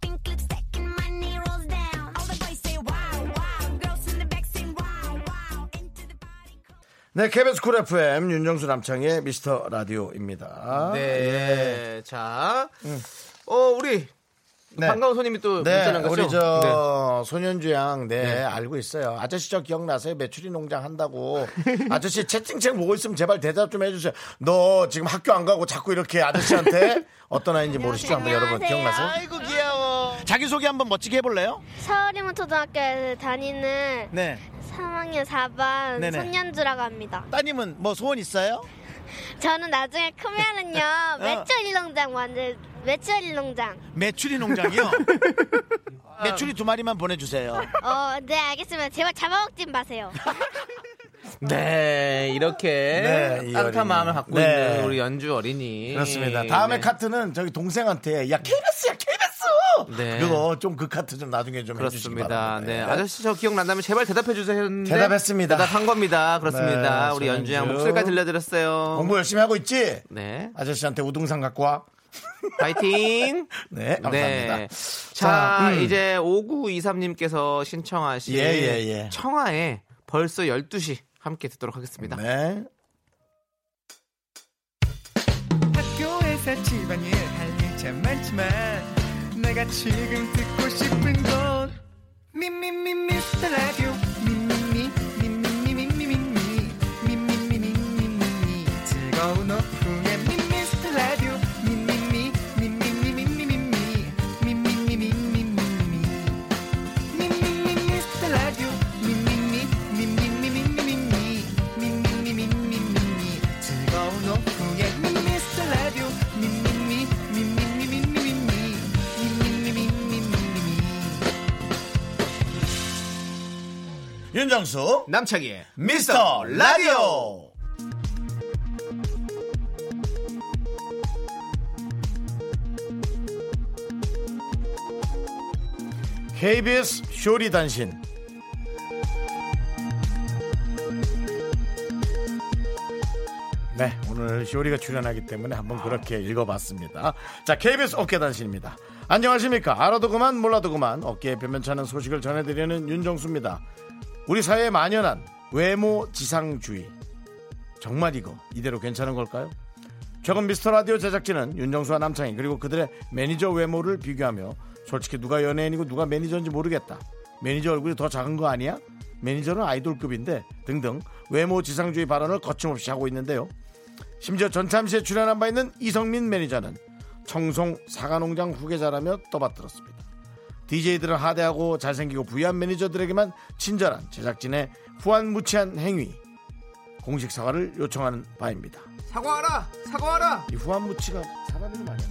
pink lipstick, and money rolls down. All the boys say wow, wow. Girls in the back say wow, wow. Into the party. 네 KBS 쿨 FM 윤정수 남창의 미스터 라디오입니다 네. 자, 어, 우리 네. 반가운 손님이 또 네, 문자 남겼죠? 우리 저 손현주 양, 네, 알고 있어요. 아저씨 저 기억나세요? 메추리 농장 한다고. [laughs] 아저씨 채팅창 보고 있으면 제발 대답 좀 해주세요. 너 지금 학교 안 가고 자꾸 이렇게 [laughs] 아저씨한테 어떤 아이인지 모르시죠? 한번 여러분 기억나세요? 아이고 귀여워. 자기 소개 한번 멋지게 해볼래요? 서울이문 초등학교에 다니는 네. 3학년 4반 네네. 손년주라고 합니다. 따님은 뭐 소원 있어요? 저는 나중에 [laughs] 크면은요 어. 매출일 농장 완전 매출일 농장. 메추리 [laughs] 농장이요. 메추리 두 마리만 보내주세요. 어, 네 알겠습니다. 제발 잡아먹지 마세요. 네, 네, 이렇게 이 따뜻한 어린이. 마음을 갖고 네. 있는 우리 연주 어린이. 그렇습니다. 다음에 네. 카트는 저기 동생한테 야 KBS야 KBS. 네. 그거 좀 그 카트 좀 나중에 좀 해주시기 그렇습니다. 바랍니다. 네. 예. 아저씨 저 기억난다면 제발 대답해 주세요. 했는데 대답했습니다. 대답한 겁니다. 그렇습니다. 네, 우리 연주 양 손현주. 목소리까지 들려드렸어요. 공부 열심히 하고 있지? 네. 아저씨한테 우등상 갖고 와. 파이팅! [laughs] 네, 감사합니다. 네. 자, 음. 이제 5923님께서 신청하신 예, 예, 예. 청하에 벌써 12시 함께 듣도록 하겠습니다. 네. 학교에서 집안일 할 일 참 많지만 내가 지금 듣고 싶은 건 미미미 미스터 라디오 미미미 미미미 미미미 미미미 미미미 미미미 즐거운 오후에 미미스터 라디오 미미미 미미미 미미미 미미미 미미미 미미미 윤정수 남창희의 미스터 라디오. KBS 쇼리 단신 네, 오늘 쇼리가 출연하기 때문에 한번 그렇게 읽어봤습니다. 자, KBS 어깨 단신입니다. 안녕하십니까? 알아도 그만, 몰라도 그만 어깨에 변변찮은 소식을 전해드리는 윤정수입니다. 우리 사회에 만연한 외모 지상주의. 정말 이거 이대로 괜찮은 걸까요? 최근 미스터 라디오 제작진은 윤정수와 남창희 그리고 그들의 매니저 외모를 비교하며 솔직히 누가 연예인이고 누가 매니저인지 모르겠다. 매니저 얼굴이 더 작은 거 아니야? 매니저는 아이돌급인데 등등 외모 지상주의 발언을 거침없이 하고 있는데요. 심지어 전참시에 출연한 바 있는 이성민 매니저는 청송 사과농장 후계자라며 떠받들었습니다. DJ들은 하대하고 잘생기고 부유한 매니저들에게만 친절한 제작진의 후한무치한 행위 공식 사과를 요청하는 바입니다. 사과하라! 사과하라! 이 후한무치가 사람 이름 아니야?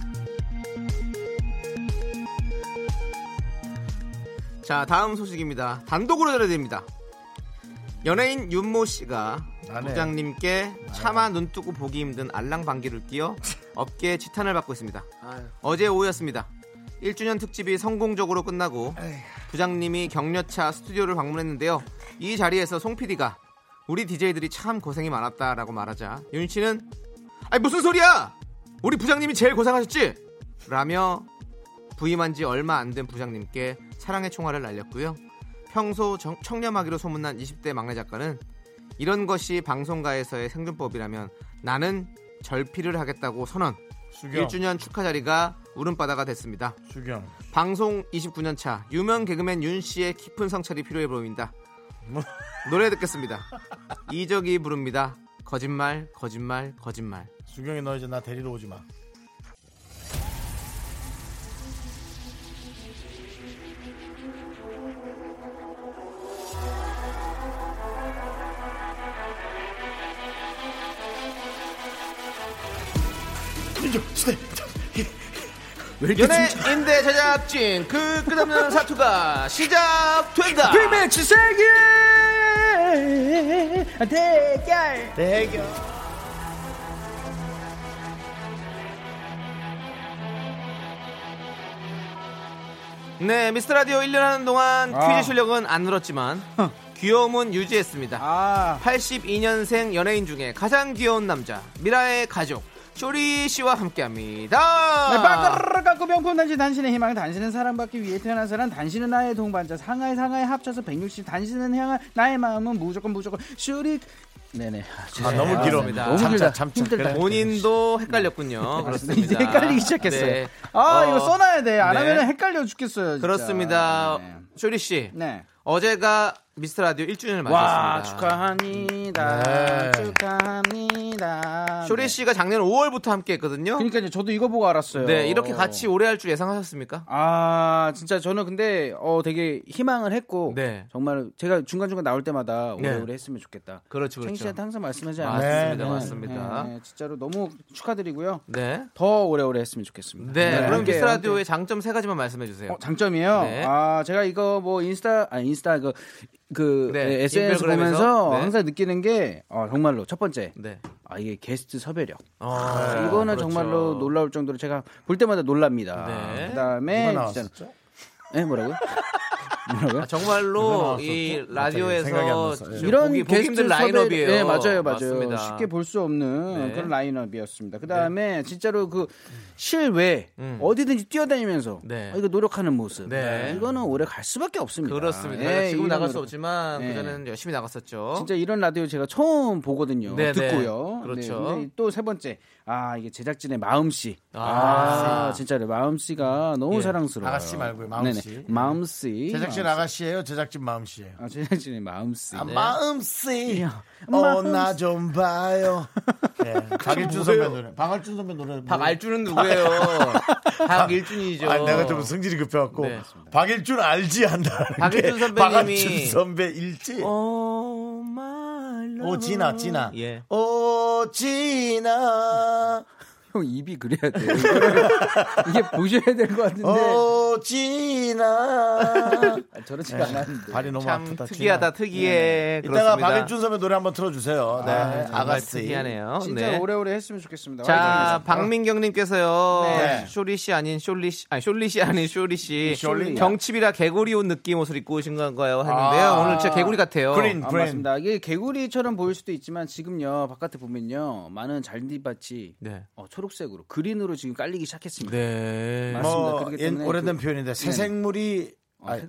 자, 다음 소식입니다. 단독으로 전해드립니다. 연예인 윤모 씨가 나네. 부장님께 차마 눈 뜨고 보기 힘든 알랑방귀를 끼어 업계에 지탄을 받고 있습니다. 어제 오후였습니다. 1주년 특집이 성공적으로 끝나고 부장님이 격려차 스튜디오를 방문했는데요. 이 자리에서 송 PD가 우리 DJ들이 참 고생이 많았다라고 말하자 윤 씨는 아니 무슨 소리야? 우리 부장님이 제일 고생하셨지? 라며 부임한 지 얼마 안 된 부장님께 사랑의 총알을 날렸고요. 평소 정- 청렴하기로 소문난 20대 막내 작가는 이런 것이 방송가에서의 생존법이라면 나는 절필을 하겠다고 선언. 수경 1주년 축하 자리가 울음바다가 됐습니다. 수경 방송 29년 차 유명 개그맨 윤 씨의 깊은 성찰이 필요해 보입니다. 뭐? 노래 듣겠습니다. 이적이 부릅니다. 거짓말, 거짓말, 거짓말. 수경이 너 이제 나 데리러 오지 마. 네, 연예인대 제작진 그 끝없는 사투가 시작된다. 네, 대결. 네, 미스터 라디오 1년 하는 동안 아. 퀴즈 실력은 안 늘었지만 어. 귀여움은 유지했습니다. 아. 아. 82년생 연예인 중에 가장 귀여운 남자 미라의 가족 쇼리 씨와 함께합니다. 네, 빠까르르 깎고 명품 단신 단신의 희망 단신은 사랑받기 위해 태어난 사람 단신은 나의 동반자 상하이 상하이 합쳐서 160 단신은 향한 나의 마음은 무조건 무조건 슈리 네네 아 너무 길어. 맞습니다. 너무 길다. 참자. 힘들다. 아, 그래. 본인도 헷갈렸군요. 그렇습니다. 네. [laughs] 이제 헷갈리기 시작했어요 네. 아 어, 이거 써놔야 돼안 네. 하면 헷갈려 죽겠어요 진짜. 그렇습니다. 네. 쇼리 씨. 네. 어제가 미스터 라디오 1주년을 맞았습니다. 와 축하합니다 네. 축하합니다 네. 쇼리 씨가 작년 5월부터 함께 했거든요. 그러니까 이제 저도 이거 보고 알았어요 네, 이렇게 같이 오래 할 줄 예상하셨습니까? 아 진짜 저는 근데 어 되게 희망을 했고 네. 정말 제가 중간 중간 나올 때마다 오래오래 네. 했으면 좋겠다. 그렇죠, 챙 그렇죠. 씨한테 항상 말씀하지 않아요? 맞습니다, 네, 맞습니다. 네, 진짜로 너무 축하드리고요. 네. 더 오래오래 했으면 좋겠습니다. 네, 그럼 함께, 미스 라디오의 함께. 장점 세 가지만 말씀해 주세요. 어, 장점이요. 네. 아 제가 이거 뭐 인스타 아 인스타 그. 그 네, 네, SNS 인별그램에서, 보면서 네. 항상 느끼는 게 어, 정말로 첫 번째 네. 아 이게 게스트 섭외력 아, 이거는 그렇죠. 정말로 놀라울 정도로 제가 볼 때마다 놀랍니다. 네. 그다음에 누가 진짜 나왔었죠? [laughs] 네, 뭐라고요? 아, 정말로 누가 이 나왔었죠? 갑자기 생각이 안 라디오에서 났어요. 지금 이런 보기, 보기 게스트 힘든 섭외- 라인업이에요. 네, 맞아요, 맞아요. 맞습니다. 쉽게 볼 수 없는 네. 그런 라인업이었습니다. 그 다음에 진짜로 그 실외 음. 어디든지 뛰어다니면서 네. 아, 이거 노력하는 모습. 네. 이거는 오래 갈 수밖에 없습니다. 그렇습니다. 예, 지금 이런 나갈 노력. 수 없지만 네. 그전에는 열심히 나갔었죠. 진짜 이런 라디오 제가 처음 보거든요. 네, 네. 듣고요. 그렇죠. 또 세 번째, 아 이게 제작진의 마음씨. 아. 아, 진짜로 마음씨가 너무 예. 사랑스러워요. 아가씨 말고요, 마음씨. 네네. 마음씨. 제작진 마음씨. 아가씨예요. 제작진 마음씨예요. 아, 제작진의 마음씨. 아, 마음씨. 마음씨. 어나 좀 봐요. 네, 박일준 선배 노래. 박일준 선배 노래. 네. 박알준은 누구예요? 박일준이죠. 아, 내가 좀 승질이 급해갖고 네. 박일준 알지 한다는 박일준 게 선배님이- 박일준 선배 일지 어, 어, Oh my love. 오 진아 진아 예. 오 진아 형 입이 그래야 돼요. 이거를 이게 보셔야 될 것 같은데. 오 [laughs] 진아 아, 저렇지가 않았는데. 발이 너무 참 아프다 특이하다 진아. 특이해. 이따가 그렇습니다. 박일준 선배 노래 한번 틀어주세요 네 아, 정말 아가씨 특이하네요. 진짜 네. 오래오래 했으면 좋겠습니다. 자, 화이팅입니다. 박민경님께서요. 네. 쇼리 씨 아닌 쇼리 씨, 아니 쇼리 씨 아닌 쇼리 씨. 쇼리. 경칩이라 개구리 옷 느낌 옷을 입고 오신 건가요? 했는데요. 아. 오늘 진짜 개구리 같아요. 그린 아, 브랜 맞습니다. 이게 개구리처럼 보일 수도 있지만 지금요 바깥에 보면요 많은 잔디밭이 네. 어, 초록색으로 그린으로 지금 깔리기 시작했습니다. 네. 맞습니다. 뭐 그렇기 옛- 때문에 오래된 그- 표현인데 새 네네. 어, 생물이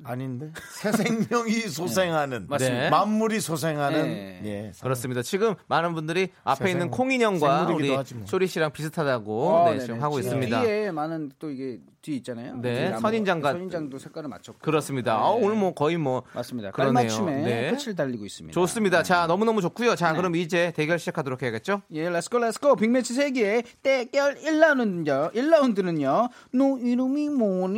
아, 닌데 새 생명이 소생하는 네. 맞습니다. 만물이 소생하는 네. 예, 그렇습니다. 지금 많은 분들이 앞에 세상- 있는 콩인형과 생물이기도 우리 하지 뭐. 쇼리 씨랑 비슷하다고 어, 네, 네네. 지금 하고 지금 있습니다. 뒤에 많은 또 이게 뒤 있잖아요. 네, 뒤에 아마 선인장 같- 선인장도 색깔을 맞췄고 그렇습니다. 아, 오늘 뭐 거의 뭐 네. 맞습니다. 그러네요. 깔맞춤에 네. 끝을 달리고 있습니다. 좋습니다. 자, 너무너무 좋고요. 자, 네. 그럼 이제 대결 시작하도록 해야겠죠? 예, 렛츠고 렛츠고 빅매치 세계의 대결 1라운드는요. 1라운드는요. 노 이름이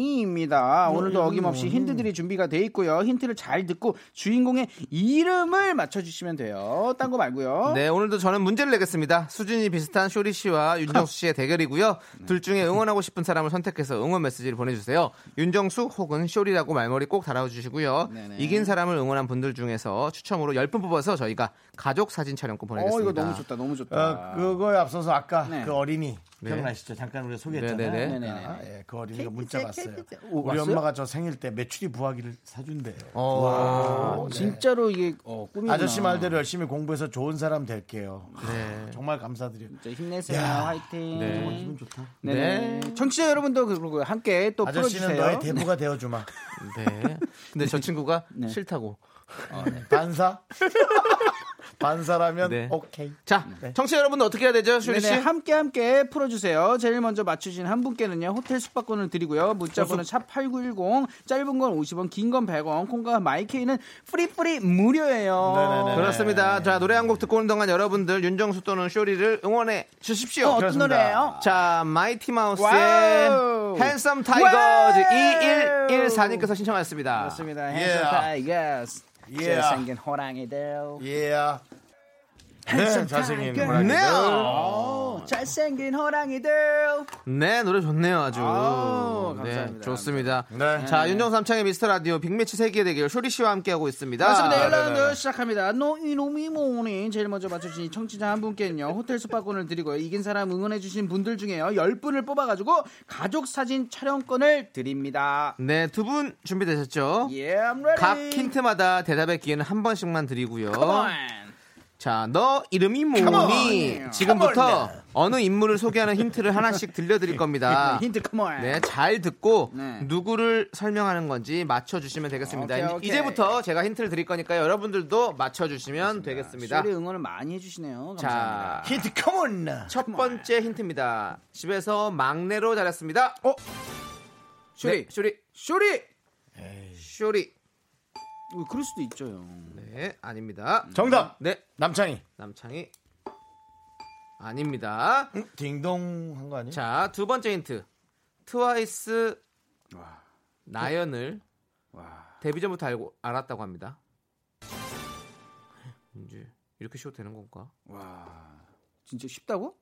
뭐니입니다. 오늘도 어김없이 힌트들이 준비가 돼 있고요. 힌트를 잘 듣고 주인공의 이름을 맞춰 주시면 돼요. 딴 거 말고요. 네, 오늘도 저는 문제를 내겠습니다. 수준이 비슷한 쇼리 [laughs] 씨와 윤정수 씨의 대결이고요. 둘 중에 응원하고 싶은 사람을 선택해서 응원 메시지를 보내주세요. 윤정수 혹은 쇼리라고 말머리 꼭 달아주시고요. 네네. 이긴 사람을 응원한 분들 중에서 추첨으로 10분 뽑아서 저희가 가족 사진 촬영권 어, 보내겠습니다. 이거 너무 좋다. 너무 좋다. 어, 그거에 앞서서 아까 아. 네. 그 어린이 기억나시죠? 잠깐 우리가 소개했잖아요. 네, 네, 네. 아, 예, 그 어린이가 문자 KTC, 왔어요. KTC. 오, 우리 왔어요? 엄마가 저 생일 때 메추리 부화기를 사준대요. 어, 진짜로 이게 어, 꿈이 아저씨 말대로 열심히 공부해서 좋은 사람 될게요. 네. 아, 정말 감사드려요. 음. 힘내세요. 야. 화이팅. 기분 좋다. 네네. 청취자 여러분도 그리고 함께 또 아저씨는 풀어주세요. 너의 대부가 [laughs] 되어주마. 네. 근데 저 친구가 네. 싫다고. 어, 네. 반사? [laughs] 반사라면 네. 오케이. 자, 네. 청취자 여러분들 어떻게 해야 되죠, 슈리 씨? 네네, 함께 함께 풀어주세요. 제일 먼저 맞추신 한 분께는요 호텔 숙박권을 드리고요. 문자번호 샵 #8910 짧은 건 50원, 긴 건 100원. 콩과 마이케이는 프리프리 무료예요. 네네네. 그렇습니다. 자, 노래 한 곡 듣고 오는 동안 여러분들 윤정수 또는 쇼리를 응원해 주십시오. 어, 떤 그렇습니다. 노래예요? 자, 마이티 마우스의 와우. 핸섬 와우. 타이거즈 2114님께서 신청하셨습니다. 좋습니다. 아, Yeah. 해서타이거스 Yeah. 잘생긴 호랑이들. 예. 네, 잘생긴 타이거. 호랑이들. 네. 오, 잘생긴 호랑이들. 네, 노래 좋네요, 아주. 아우, 감사합니다. 네, 좋습니다. 네. 자, 윤정수 삼창의 미스터 라디오 빅매치 세계 대결 쇼리 씨와 함께하고 있습니다. 맞습니다. 네, 1라운드 시작합니다. 노이노미 모니 제일 먼저 맞춰주신 청취자 한 분께는요. 호텔 숙박권을 드리고요. 이긴 사람 응원해주신 분들 중에요. 10분을 뽑아가지고 가족 사진 촬영권을 드립니다. 네, 두 분 준비되셨죠? 예, I'm ready. 각 힌트마다 대답의 기회는 한 번씩만 드리고요. Come on. 자, 너 이름이 Come 뭐니? on. 지금부터 어느 인물을 소개하는 힌트를 하나씩 들려드릴 겁니다. [laughs] 힌트 come on. 네, 잘 듣고 네. 누구를 설명하는 건지 맞춰주시면 되겠습니다. 오케이, 오케이. 이제부터 제가 힌트를 드릴 거니까요. 여러분들도 맞춰주시면 되겠습니다. 쇼리 응원을 많이 해주시네요. 자, 감사합니다. 히트 컴온. 첫 번째 힌트입니다. 집에서 막내로 자랐습니다. 어? 쇼리, 네. 쇼리, 쇼리! 쇼리. 어, 그럴 수도 있죠, 형. 네, 아닙니다. 정답. 네, 남창희. 남창이 아닙니다. 딩동 한 거 아니에요? 자, 두 번째 힌트. 트와이스 나연을 데뷔 전부터 알고 알았다고 합니다. 이제 이렇게 쉬어도 되는 건가? 진짜 쉽다고?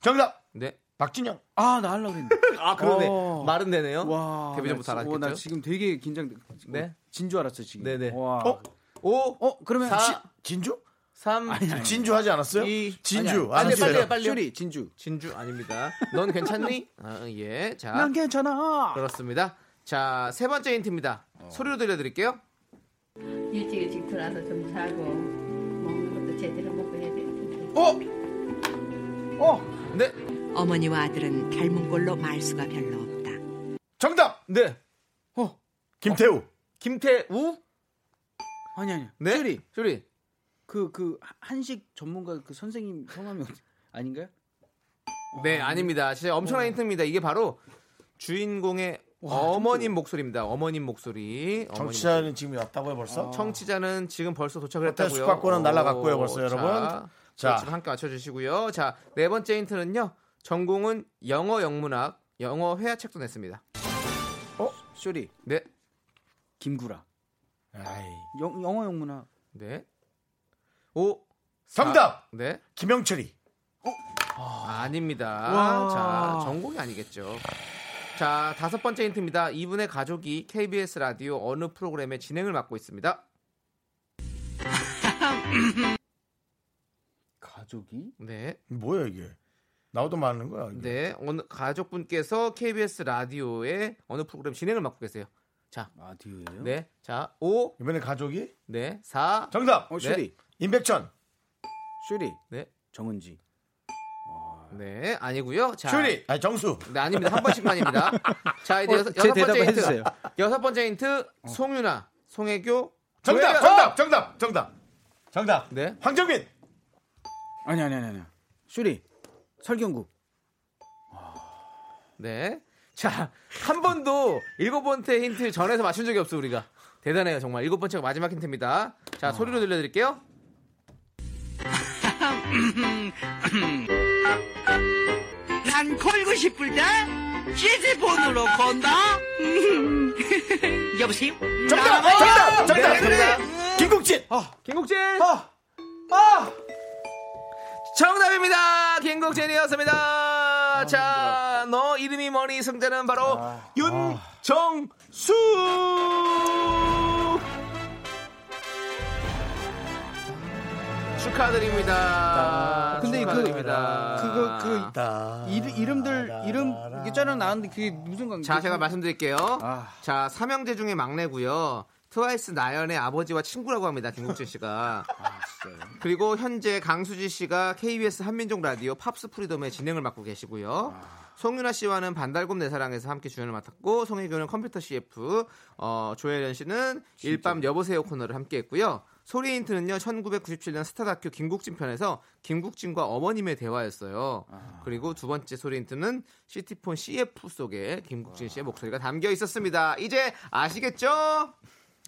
정답. 네. 박진영. 아, 나 하려고 [laughs] 했는데. 아, 그러네. 어. 말은 되네요. 와. 데뷔 전부터 나 지- 알았겠죠? 어, 나 지금 되게 긴장돼. 어, 네. 진줄 알았어, 지금. 네네. 와. 어? 오, 어, 그러면 사- 시- 진주? 3 진주 하지 않았어요? 네. 이- 진주. 아니, 아니. 안 했어요. 빨리, 빨리요. 쇼리, 진주. 진주 아닙니다. 넌 [laughs] 괜찮니? 아, 예. 자. 난 괜찮아. 그렇습니다. 자, 세 번째 힌트입니다. 어. 소리로 들려드릴게요. 일찍 일찍 들어와서 좀 자고 먹는 것도 제대로 먹고 해야 될 텐데. 어? 네. 어머니와 아들은 닮은 꼴로 말수가 별로 없다. 정답. 네. 김태우. 김태우? 아니 아니. 네. 쇼리. 쇼리. 그 그 한식 전문가 그 선생님 성함이 어디- 아닌가요? 네, 아닙니다. 진짜 엄청난 힌트입니다. 이게 바로 주인공의 어머님 목소리입니다. 어머님 목소리. 어머님 정치자는 지금 왔다고요 벌써? 목소리. 청취자는 지금 벌써 도착을 호텔 했다고요. 숙박권은 오, 날라갔고요, 벌써 자, 여러분. 자. 자, 지금 네, 함께 맞춰주시고요. 자, 네 번째 힌트는요. 전공은 영어 영문학, 영어 회화 책도 냈습니다. 쇼리 네, 김구라. 아이. 영, 영어 영문학. 네. 오, 정답. 네. 김영철이. 아닙니다. 자, 전공이 아니겠죠. 자, 다섯 번째 힌트입니다. 이분의 가족이 KBS 라디오 어느 프로그램의 진행을 맡고 있습니다. 가족이? 네. 뭐야 이게? 나오도 많은 거야. 이게. 네. 어느 가족분께서 KBS 라디오의 어느 프로그램 진행을 맡고 계세요. 자. 라디오예요? 네. 자, 5 이번에 가족이 네. 4 정답. 어 쇼리. 임백천. 쇼리. 네. 정은지. 네. 아니고요. 자. 쇼리. 아 정수. 네, 아닙니다. 한 번씩만입니다. 자, 이제 어, 여섯, 제 여섯 번째 대답을 힌트. 해주세요. 어. 여섯 번째 힌트. 송윤아, 송혜교. 정답. 조혜련. 정답. 정답. 정답. 정답. 네. 황정민. 아니 아니 아니 아니. 쇼리. 설경구. 네. 자, 한 번도 일곱 번째 힌트 전에서 맞춘 적이 없어 우리가. 대단해요, 정말. 일곱 번째가 마지막 힌트입니다. 어. 자, 소리로 들려드릴게요. 난 걸고 싶을 때 휴대폰으로 건다. 여보세요? 정답. 정답. 정답. 아, 네, 정답. 김국진. 어. 김국진. 정답입니다. 김국진이었습니다. 아, 자, 너 이름이 뭐니? 승자는 바로 윤정수. 축하드립니다. 근데 그- 축하드립니다. 그거 아, 그 있다. 이름, 이름들 이름 이게 짜랑 나왔는데 그게 무슨 관계? 자, 제가 말씀드릴게요. 아. 자, 삼형제 중에 막내고요. 트와이스 나연의 아버지와 친구라고 합니다. 김국진 [laughs] 씨가. 아, 그리고 현재 강수지 씨가 KBS 한민족 라디오 팝스 프리덤의 진행을 맡고 계시고요. 송윤아 씨와는 반달곰 내 사랑에서 함께 주연을 맡았고 송혜교는 컴퓨터 CF, 어, 조혜련 씨는 일밤 여보세요 코너를 함께 했고요. 소리인트는요 1997년 스타 다큐 김국진 편에서 김국진과 어머님의 대화였어요. 그리고 두 번째 소리인트는 시티폰 CF 속에 김국진 씨의 목소리가 담겨 있었습니다. 이제 아시겠죠?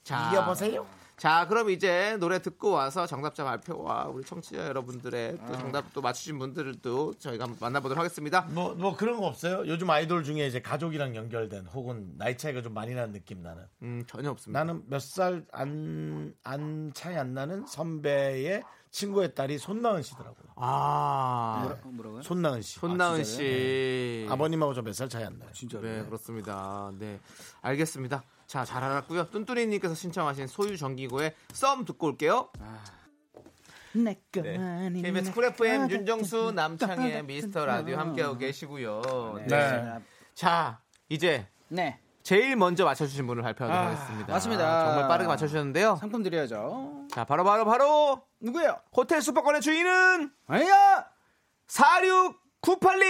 자, 이겨보세요. 자, 그럼 이제 노래 듣고 와서 정답자 발표와 우리 청취자 여러분들의 또 정답 또 맞추신 분들도 저희가 한번 만나보도록 하겠습니다. 뭐, 뭐 그런 거 없어요? 요즘 아이돌 중에 이제 가족이랑 연결된 혹은 나이 차이가 좀 많이 나는 느낌 나는. 음, 전혀 없습니다. 나는 몇 살 안 안 차이 안 나는 선배의 친구의 딸이 손나은 씨더라고요. 아, 어, 뭐라고요? 아, 네. 손나은 씨. 아, 네. 손나은 씨. 아버님하고 저 몇 살 차이 안 나요. 진짜 네, 그렇습니다. 네. 알겠습니다. 자, 잘 알았고요. 뚠뚠이님께서 신청하신 소유정기고의 썸 듣고 올게요. 내거 네. 아닌 KBS 쿨 FM 윤정수 남창의 미스터 라디오 함께하고 계시고요. 네. 자, 이제 네 제일 먼저 맞춰주신 분을 발표하도록 아, 하겠습니다. 맞습니다. 정말 빠르게 맞춰주셨는데요. 상품 드려야죠. 자, 바로 바로 바로 누구예요? 호텔 숙박권의 주인은 아야 4698님!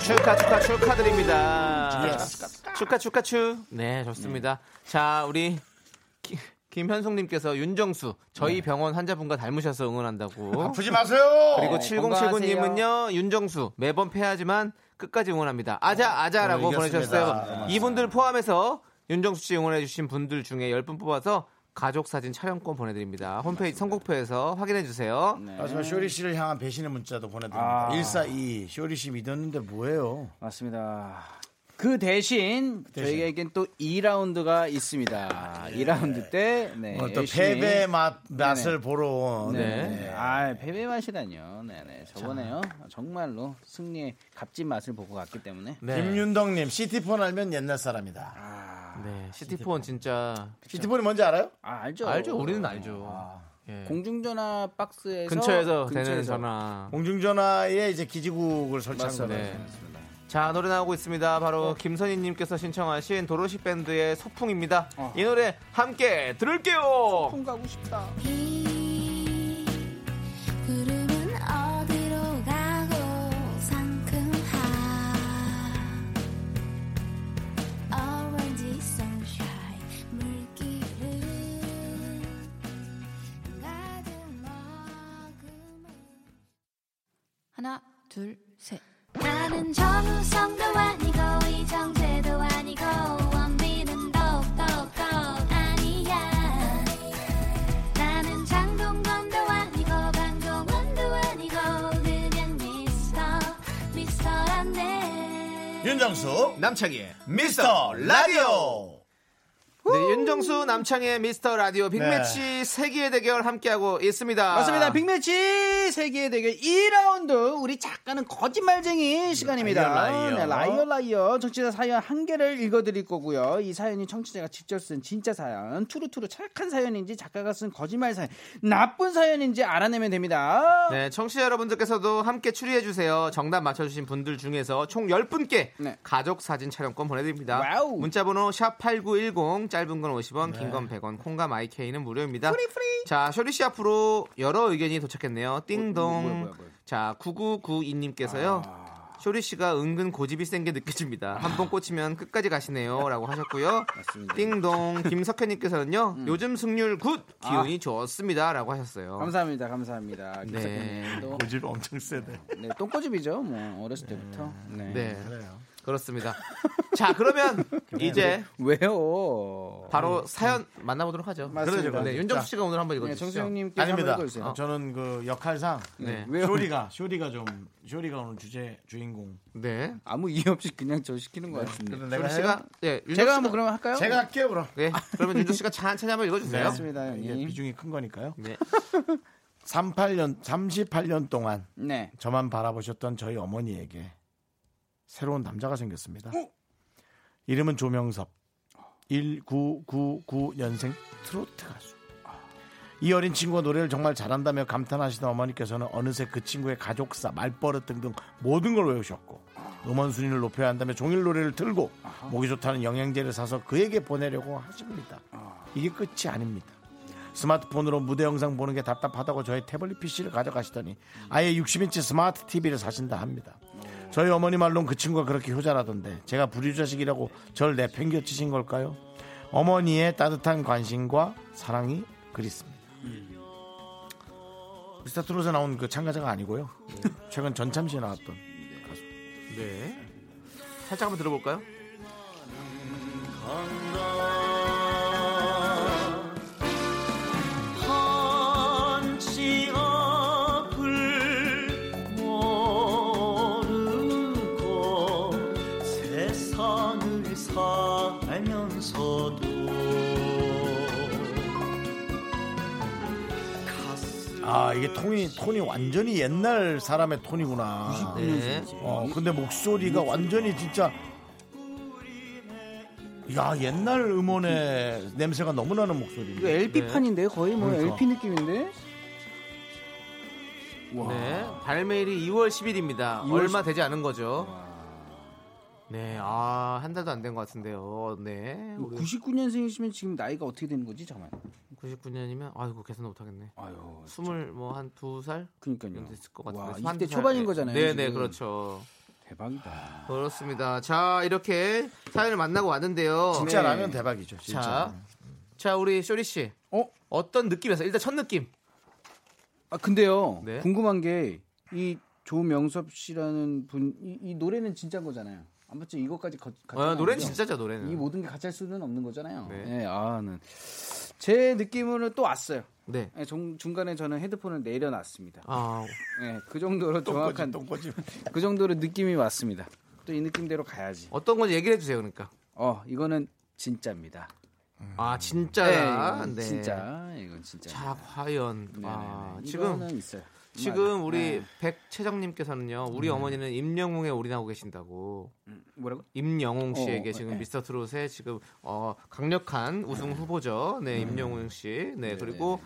축하 축하 축하드립니다. 네. 아, 축하 축하 축. 네 좋습니다. 자 우리 기- 김현숙님께서 윤정수 저희 병원 환자분과 닮으셔서 응원한다고. 아프지 마세요. 그리고 건강하세요. 7079님은요 윤정수 매번 패하지만 끝까지 응원합니다. 아자 아자라고 어, 이겼습니다. 보내셨어요. 네, 이분들 포함해서 윤정수 씨 응원해주신 분들 중에 10분 뽑아서 가족 사진 촬영권 보내드립니다. 홈페이지 선곡표에서 확인해 주세요. 네. 마지막 쇼리 씨를 향한 배신의 문자도 보내드립니다. 1422 쇼리 씨 믿었는데 뭐예요? 맞습니다. 그 대신, 저희에겐 또 2라운드가 아, 있습니다. 예. 2라운드 때 네, 뭐 어, 또 열심히. 패배 맛 맛을 네네. 보러 온 네. 네. 아 패배 맛이라뇨. 네네 저번에요 정말로 승리의 값진 맛을 보고 갔기 때문에 네. 김윤덕님 시티폰 알면 옛날 사람이다. 아, 아, 네, 시티폰 진짜 시티폰이 뭔지 알아요? 아 알죠. 알죠. 우리는 알죠. 아. 예. 공중전화 박스에서 근처에서, 되는 근처에서. 전화. 공중전화에 이제 기지국을 설치한 거죠. 네. 자 노래 나오고 있습니다. 바로 김선희님께서 신청하신 도로시 밴드의 소풍입니다. 어. 이 노래 함께 들을게요. 통 가고 싶다. 이 구름은 어디로 가고 상큼한 오렌지 sunshine 물길을 가득 머금은 하나, 둘, 셋. 나는 정우성도 아니고 이정재도 아니고 원빈은 더욱더 아니야 나는 장동건도 아니고 강동원도 아니고 그냥 미스터 미스터란데 윤정수 남창희의 미스터 라디오 네, 윤정수 남창희의 미스터 라디오 빅매치 세기의 대결 함께하고 있습니다. 맞습니다. 빅매치 세계 대결 2라운드 우리 작가는 거짓말쟁이 시간입니다. 라이어, 라이어. 네, 라이어 라이어 청취자 사연 한 개를 읽어드릴 거고요. 이 사연이 청취자가 직접 쓴 진짜 사연, 투루투루 착한 사연인지 작가가 쓴 거짓말 사연, 나쁜 사연인지 알아내면 됩니다. 네, 청취자 여러분들께서도 함께 추리해주세요. 정답 맞춰주신 분들 중에서 총 10분께 네. 가족 사진 촬영권 보내드립니다. 와우. 네. 문자번호 샵8910, 짧은 건 50원, 긴 건 100원, 콩과 마이케이는 무료입니다. 자, 쇼리씨 앞으로 여러 의견이 어, 도착했네요. 띵동. 자, 9992님께서요. 아. 쇼리 씨가 은근 고집이 센 게 느껴집니다. 한 번 꽂히면 끝까지 가시네요라고 하셨고요. 띵동 김석현님께서는요. 요즘 승률 굿 기운이 좋습니다라고 하셨어요. 음. 아. 감사합니다. 감사합니다. 네. 김석현님도 고집 엄청 세대 네, 똥꼬집이죠. 뭐 어렸을 때부터. 네. 네. 그렇습니다. 자, [laughs] 그러면 네. 이제 왜요? 바로 사연 만나보도록 하죠. 음. 맞습니다. 그러죠. 네, 윤정수 씨가 오늘 한번 네, 읽어주시죠. 정수영님께서 아닙니다 한번 읽어주세요. 저는 그 역할상 네. 왜요? 쇼리가 쇼리가 좀 쇼리가 오늘 주제 주인공 네. 아무 이유 없이 그냥 저 시키는 것 같은데. 쇼리 씨가 예, 윤정수 네. 제가 씨가- 한번 그러면 할까요? 제가 할게요 그럼 네. 아. 그러면 윤정수 씨가 천천히 한번 읽어주세요. 맞습니다, 이게 형님. 예, 비중이 큰 거니까요 네. [laughs] 38년 38년 동안 네. 저만 바라보셨던 저희 어머니에게 새로운 남자가 생겼습니다. 이름은 조명섭. 1999년생 트로트 가수. 이 어린 친구가 노래를 정말 잘한다며 감탄하시던 어머니께서는 어느새 그 친구의 가족사, 말버릇 등등 모든 걸 외우셨고 음원 순위를 높여야 한다며 종일 노래를 틀고 목이 좋다는 영양제를 사서 그에게 보내려고 하십니다. 이게 끝이 아닙니다. 스마트폰으로 무대 영상 보는 게 답답하다고 저의 태블릿 PC를 가져가시더니 아예 60인치 스마트 TV를 사신다 합니다. 저희 어머니 말론 그 친구가 그렇게 효자라던데 제가 불효자식이라고 절 내팽겨치신 걸까요? 어머니의 따뜻한 관심과 사랑이 그립습니다. 미스터 트롯에 나온 그 참가자가 아니고요. 최근 전참시에 나왔던 가수. 네. 살짝 한번 들어볼까요? 한치 앞을 모르고 세상을 살면서도 아 이게 톤이 톤이 완전히 옛날 사람의 톤이구나. 네. 어 근데 목소리가 완전히 진짜 야 옛날 음원의 냄새가 너무 나는 목소리. 이거 LP판인데 거의 뭐 그러니까. LP 느낌인데 네. 발매일이 2월 10일입니다. 얼마 되지 않은 거죠. 네. 아, 한 달도 안 된 것 같은데요. 네. 99년생이시면 지금 나이가 어떻게 되는 거지 잠깐 99년이면 아이고 계산 못 하겠네. 아유 스물 뭐 한 두 살? 그러니까요 정도 됐을 것 와, 같은데. 20대 초반인 거잖아요 네, 네, 지금. 그렇죠. 대박이다 그렇습니다. 자, 이렇게 사연을 만나고 왔는데요. 진짜 네. 라면 대박이죠. 진짜. 네. 자, 자, 우리 쇼리 씨. 어? 어떤 느낌에서 일단 첫 느낌. 아 근데요 네. 궁금한 게 이 조명섭 씨라는 분 이 노래는 진짜인 거잖아요 아무튼 이것까지 거, 어, 가짜는 노래는 아니죠? 진짜죠, 노래는. 이 뭐- 모든 게 가짜일 수는 없는 거잖아요 네. 네, 아는 제 느낌으로 또 왔어요 네. 네, 중, 중간에 저는 헤드폰을 내려놨습니다 아, 네, 그 정도로 정확한 똥꼬집. 그 정도로 느낌이 왔습니다 또 이 느낌대로 가야지 어떤 건지 얘기를 해주세요, 그러니까. 어 이거는 진짜입니다 아, 진짜야. 이건 네. 진짜 이건 진짜 네, 자, 과연. 아, 지금, 이거는 있어요 지금 맞아요. 우리 네. 백채정님께서는요, 우리 어머니는 임영웅에 올인하고 계신다고. 뭐라고 임영웅 씨에게 어, 지금 네. 미스터 트롯의 지금 어, 강력한 우승 후보죠. 네, 음. 임영웅 씨. 네, 그리고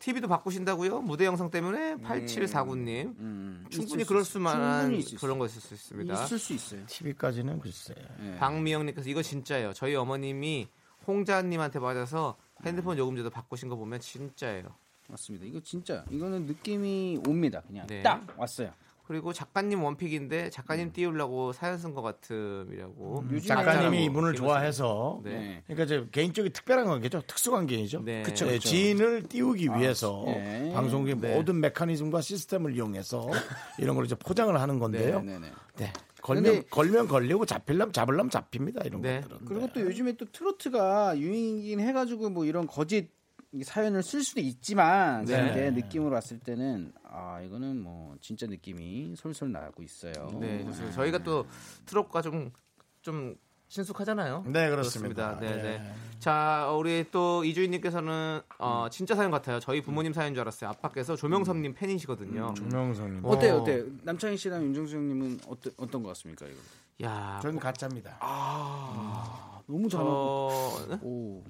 TV도 바꾸신다고요? 무대 영상 때문에 8749님. 음, 충분히 있을 수 그럴 있어요. 수만한 충분히 있을 수 그런 거 있을 수 있습니다. 있을 수 있어요 네, TV까지는 글쎄. 박미영님께서 이거 진짜예요. 저희 어머님이 홍자님한테 맞아서 음. 핸드폰 요금제도 바꾸신 거 보면 진짜예요. 맞습니다 이거 진짜 이거는 느낌이 옵니다 그냥 네. 딱 왔어요 그리고 작가님 원픽인데 작가님 띄우려고 사연 쓴 것 같음이라고. 음. 작가님이 작가라고 이분을 김은수- 좋아해서 네. 그러니까 이제 개인적인 특별한 관계죠. 특수관계이죠. 네. 그쵸, 그쵸. 지인을 띄우기 위해서 예. 방송의 모든 메커니즘과 시스템을 [laughs] 이용해서 이런 걸 이제 포장을 하는 건데요. 네. 네네 걸면 근데- 걸면 걸리고 잡힐람 잡을람 잡힙니다. 이런 네. 것들은. 그리고 또 요즘에 또 트로트가 유행이긴 해가지고 뭐 이런 거짓 사연을 쓸 수도 있지만 네. 제 느낌으로 왔을 때는 아 이거는 뭐 진짜 느낌이 솔솔 나고 있어요. 네, 좋습니다. 저희가 또 트롯과 좀, 좀 친숙하잖아요. 네, 그렇습니다. 네, 네. 네. 자, 우리 또 이주인님께서는 음. 어, 진짜 사연 같아요. 저희 부모님 사연 줄 알았어요. 아빠께서 조명섭님 음, 팬이시거든요. 명선님. 어때요, 어때요? 남창희 씨랑 윤정수 형님은 어떠, 어떤 것 같습니까? 이거 야, 음. 전 가짜입니다. 아, 아. 아, 너무 잘하고. 저, 오,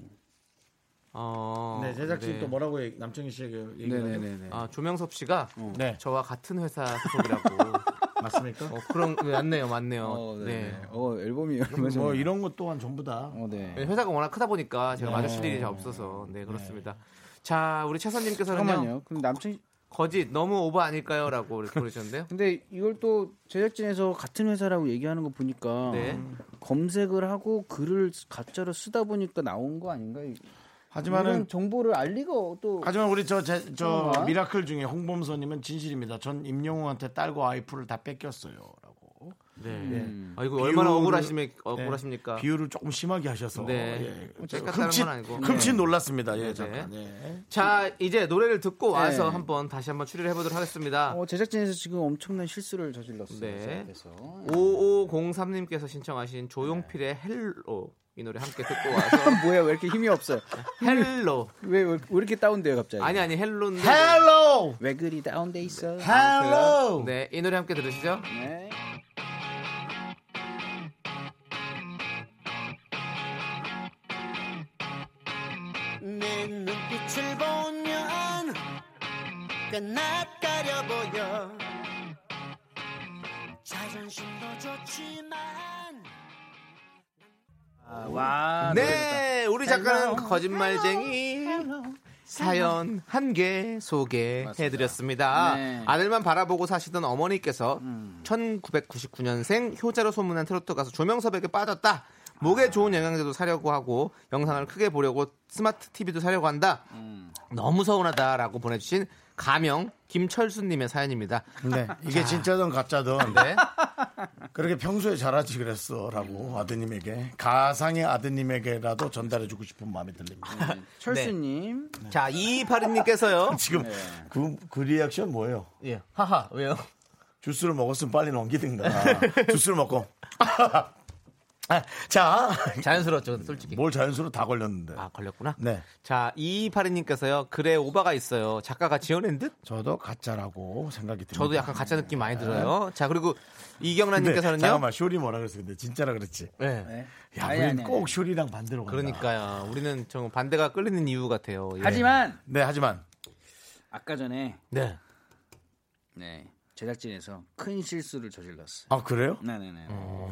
어, 네, 제작진 네. 또 뭐라고 얘기- 남청희 씨에게 얘기하죠? 네네네네. 아, 조명섭 씨가 네, 저와 같은 회사 [laughs] 소속이라고. 맞습니까? 뭐 어, 그런, 네, 맞네요, 맞네요. 어, 네. 네. 어 앨범이 얼마 전에. 뭐 이런 것 또한 전부 다 어, 네. 예, 회사가 워낙 크다 보니까 제가 마주칠 일이 잘 없어서. 네, 그렇습니다. 자, 우리 최선님께서는요. 잠깐만요. 그럼 남창희 거짓, 너무 오버 아닐까요? 라고 이렇게 보내주셨는데요. 근데 이걸 또 제작진에서 같은 회사라고 얘기하는 거 보니까 네. 검색을 하고 글을 가짜로 쓰다 보니까 나온 거 아닌가요? 하지만은 이런 정보를 알리고 또 하지만 우리 저, 제, 저 아. 그런가? 미라클 중에 홍범서님은 진실입니다. 전 임영웅한테 딸과 와이프를 다 뺏겼어요라고. 네. 음. 아 이거 비율을- 얼마나 억울하시면 억울하십니까? 비유를 조금 심하게 하셔서 아. 네. 예. 제가 다른 흠칫 건 아니고. 흠칫 놀랐습니다. 예, 네. 잠깐. 예. 자 이제 노래를 듣고 와서 네. 한번 다시 한번 추리를 해보도록 하겠습니다. 어, 제작진에서 지금 엄청난 실수를 저질렀어요. 네. 그래서 5503님께서 신청하신 조용필의 헬로 이 노래 함께 듣고 와서 뭐야 왜 이렇게 힘이 없어요? 헬로 왜, 왜, 왜 이렇게 다운돼요 갑자기? 아니 아니 헬로인데 Hello, 왜 그리 다운돼 있어? Hello. 네 이 노래 함께 들으시죠. 네. 헬로 약간 낯가려 보여 자존심도 좋지만 아, 와, 네, 우리 작가는 거짓말쟁이 사연 한 개 소개해드렸습니다. 네. 아들만 바라보고 사시던 어머니께서 1999년생 효자로 소문난 트로트 가수 조명섭에게 빠졌다. 목에 좋은 영양제도 사려고 하고 영상을 크게 보려고 스마트 TV도 사려고 한다. 너무 서운하다라고 보내주신 가명 김철수님의 사연입니다. [laughs] 네, 이게 진짜든 가짜든 네. 그렇게 평소에 잘하지 그랬어라고 아드님에게 가상의 아드님에게라도 전달해주고 싶은 마음이 아, 네. 들립니다. 철수님. 자, 이파리님께서요. 지금 그, 그 리액션 뭐예요? [laughs] 예. 하하, 왜요? 주스를 먹었으면 빨리 [laughs] 넘기든가. 주스를 먹고. [laughs] 아, 자, 자연스러웠죠, 솔직히. 뭘 자연스러워 다 걸렸는데. 아, 걸렸구나. 네, 자, 이파리님께서요. 그래 오바가 있어요. 작가가 지어낸 듯? 저도 가짜라고 생각이 듭니다. 저도 약간 가짜 느낌 많이 들어요. 자, 그리고 근데 이경란님께서는요. 잠깐만 쇼리 뭐라 그랬어? 근데 진짜라 그랬지. 네. 네. 야, 아니, 아니, 우리는 아니. 꼭 쇼리랑 반대로 간다. 그러니까요. 우리는 좀 반대가 끌리는 이유 같아요. 예. 하지만 네, 하지만 아까 전에 네. 네, 제작진에서 큰 실수를 저질렀어요. 어. 아 그래요? 네네네.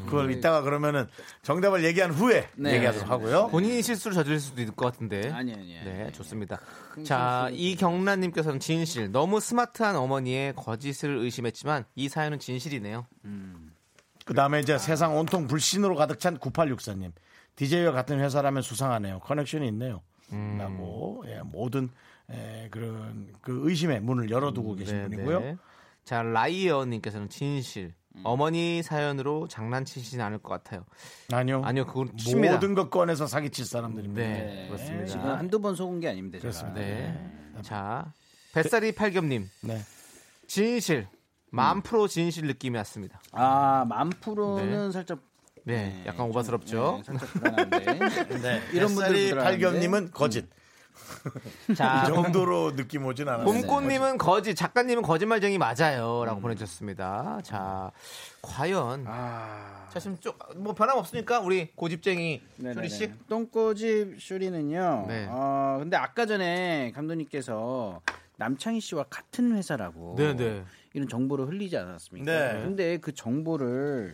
그걸 이따가 그러면은 정답을 얘기한 후에 네. 얘기하도록 하고요. 본인이 실수를 저질 수도 있을 것 같은데. 아니, 아니, 아니, 네, 아니. 좋습니다. 자, 이경란님께서는 진실. 너무 스마트한 어머니의 거짓을 의심했지만 이 사연은 진실이네요. 그 다음에 이제 세상 온통 불신으로 가득 찬 9864님. DJ와 같은 회사라면 수상하네요. 커넥션이 있네요. 라고 예, 모든 예, 그런 그 의심의 문을 열어두고 계신 네, 분이고요. 네. 자, 라이어님께서는 진실. 음. 어머니 사연으로 장난치시진 않을 것 같아요. 아니요. 아니요, 그건 어? 칩니다. 모든 것 꺼내서 사기칠 사람들입니다. 네, 그렇습니다. 지금 한두 번 속은 게 아닙니다. 제가. 그렇습니다. 네. 자, 뱃살이 팔겸님 네. 진실 만 프로 진실 느낌이 왔습니다. 아, 만프로는 살짝 네, 네, 약간 좀, 오바스럽죠. 네. 네, 살짝 [laughs] 불안한데. 이런 이런 분들이 분들 부드러운데. 음. 아. 팔겸님은 거짓. 자, 이 정도로 [laughs] 느낌 오진 않았어요. 봄꽃님은 거짓, 작가님은 거짓말쟁이 맞아요라고 보내주셨습니다. 자, 과연 자 지금 좀뭐 변함 없으니까 우리 고집쟁이 네네네. 수리 씨. 똥꼬집 슈리는요. 네. 어, 근데 아까 전에 감독님께서 남창희 씨와 같은 회사라고 네네. 이런 정보를 흘리지 않았습니까? 네. 근데 그 정보를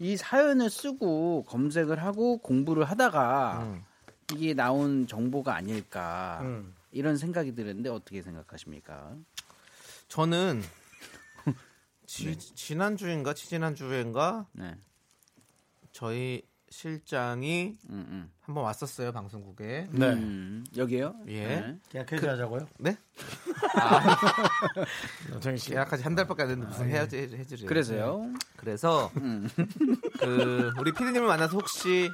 이 사연을 쓰고 검색을 하고 공부를 하다가 음. 이게 나온 정보가 아닐까 이런 생각이 드는데 어떻게 생각하십니까? 저는 지, 지난 주인가 지난 주인가 네. 저희 실장이 음, 음. 한번 왔었어요 방송국에. 네. 음, 여기요? 예. 네. 그냥 해지하자고요. 네? 그- [laughs] 정희 씨. 계약까지 한 달밖에 안 됐는데 무슨 해야지 해지를. 아, 예. 그래서요. 음. 그래서 그 우리 피디님을 만나서 혹시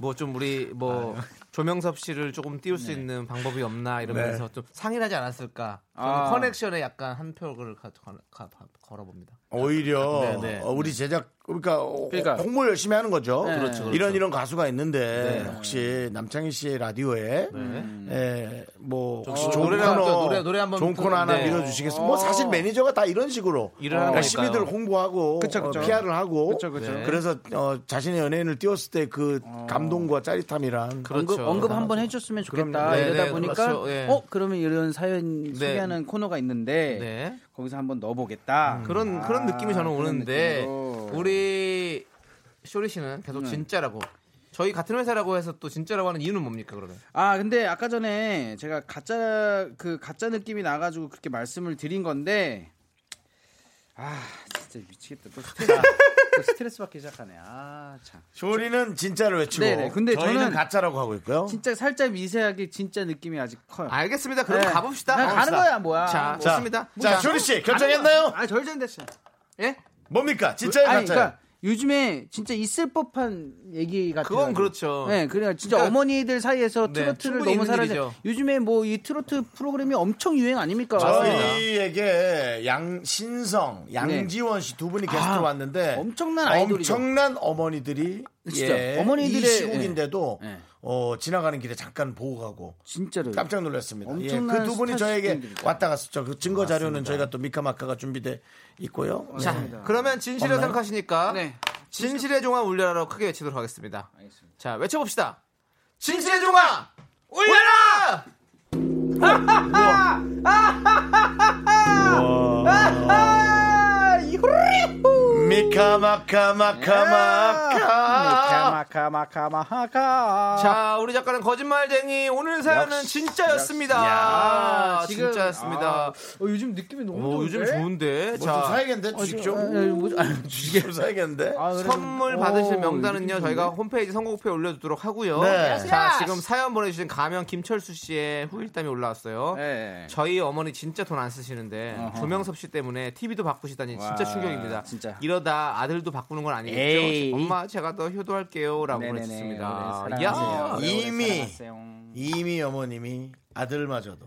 뭐 좀 우리 아. 뭐 조명섭 씨를 조금 띄울 네. 수 있는 방법이 없나 이러면서 좀 상의하지 를 않았을까? 저는 아. 커넥션에 약간 한 표를 가- 가- 가- 걸어봅니다. 오히려 네, 네. 어, 우리 제작 그러니까, 어, 그러니까. 홍보를 열심히 하는 거죠. 그렇죠, 그렇죠. 이런 이런 가수가 있는데 혹시 남창희 씨의 라디오에 에, 뭐 혹시 좋은 노래랑 코너 또 노래- 노래 한번 좋은 코너 하나 네. 밀어주시겠어요? 뭐 사실 매니저가 다 이런 식으로 일을 하는 그러니까 거니까요. 시비들 홍보하고 그쵸, 그쵸. PR을 하고 그쵸, 그쵸. 네. 래서 어, 자신의 연예인을 띄웠을 때 그 감동과 짜릿함이란 언급, 그렇죠. 언급 한번 해줬으면 좋겠다. 그럼요. 네, 이러다 네, 보니까 그렇죠. 예. 어 그러면 이런 사연 소개하는 코너가 있는데 네. 음. 거기서 한번 넣어보겠다. 그런 아, 그런 느낌이 저는 그런 오는데 느낌으로. 네. 우리 쇼리 씨는 계속 진짜라고 저희 같은 회사라고 해서 또 진짜라고 하는 이유는 뭡니까 그러면? 아 근데 아까 전에 제가 가짜 그 가짜 느낌이 나가지고 그렇게 말씀을 드린 건데 아 진짜 미치겠다 또 스트레스 아, 또 스트레스 받기 시작하네 아참 쇼리는 진짜를 외치고 네네. 근데 저희는 저는 가짜라고 하고 있고요. 진짜 살짝 미세하게 진짜 느낌이 아직 커요 알겠습니다. 그럼 네. 가봅시다. 그냥 가는 거야 뭐야 자, 자, 좋습니다. 자, 쇼리 씨 결정했나요? 아 절정됐어요 예? 뭡니까? 진짜예요, 아니, 가짜예요? 그러니까 요즘에 진짜 있을 법한 얘기 같아요. 그건 그렇죠. 네, 그래요. 진짜 그러니까- 어머니들 사이에서 네, 트로트를 충분히 너무 있는 사랑해. 일이죠. 요즘에 뭐 이 트로트 프로그램이 엄청 유행 아닙니까? 저희에게 양 신성, 양지원 씨 두 분이 게스트로 아, 왔는데 엄청난 아이돌이죠. 엄청난 어머니들이 진짜, 예, 어머니들의- 이 시국인데도 예, 예. 어, 지나가는 길에 잠깐 보고 가고 진짜로. 깜짝 놀랐습니다. 엄청난 그 두 분이 스타 저에게 스타들이죠. 왔다 갔었죠. 그 증거 자료는 저희가 또 미카마카가 준비돼 있고요. 예. 자, 그러면 진실을 없나요? 생각하시니까 네. 진실의 종아 울려라로 크게 외치도록 하겠습니다. 자, 외쳐봅시다. 진실의 종아 울려라! 아. 네, 미카마카마카마카. 미카마카마카마하카. 아. 자, 우리 작가는 거짓말쟁이 오늘 사연은 역시, 진짜였습니다. 역시. 야, 아, 지금, 진짜였습니다. 아, 어, 요즘 느낌이 너무 오, 좋은데? 어, 요즘 좋은데. 뭐좀 자, 어, 사야겠는데 주식 좀. 주식 좀 사야겠는데. 뭐, 아, 그래. 선물 오, 받으실 이거 명단은요 좋은데? 저희가 홈페이지 선곡표에 올려두도록 하고요. 네. 자, 지금 사연 보내주신 가명 김철수 씨의 후일담이 올라왔어요. 네. 저희 어머니 진짜 돈 안 쓰시는데 어허. 조명섭 씨 때문에 TV도 바꾸시다니 진짜 와, 충격입니다. 진짜. 이러다 아들도 바꾸는 건 아니겠죠? 에이. 엄마 제가 더 효도할게요라고 네네네. 보내주셨습니다. 오래 사랑하세요. 야, 오래 오래 이미. 사랑하세요. 이미 어머님이 아들마저도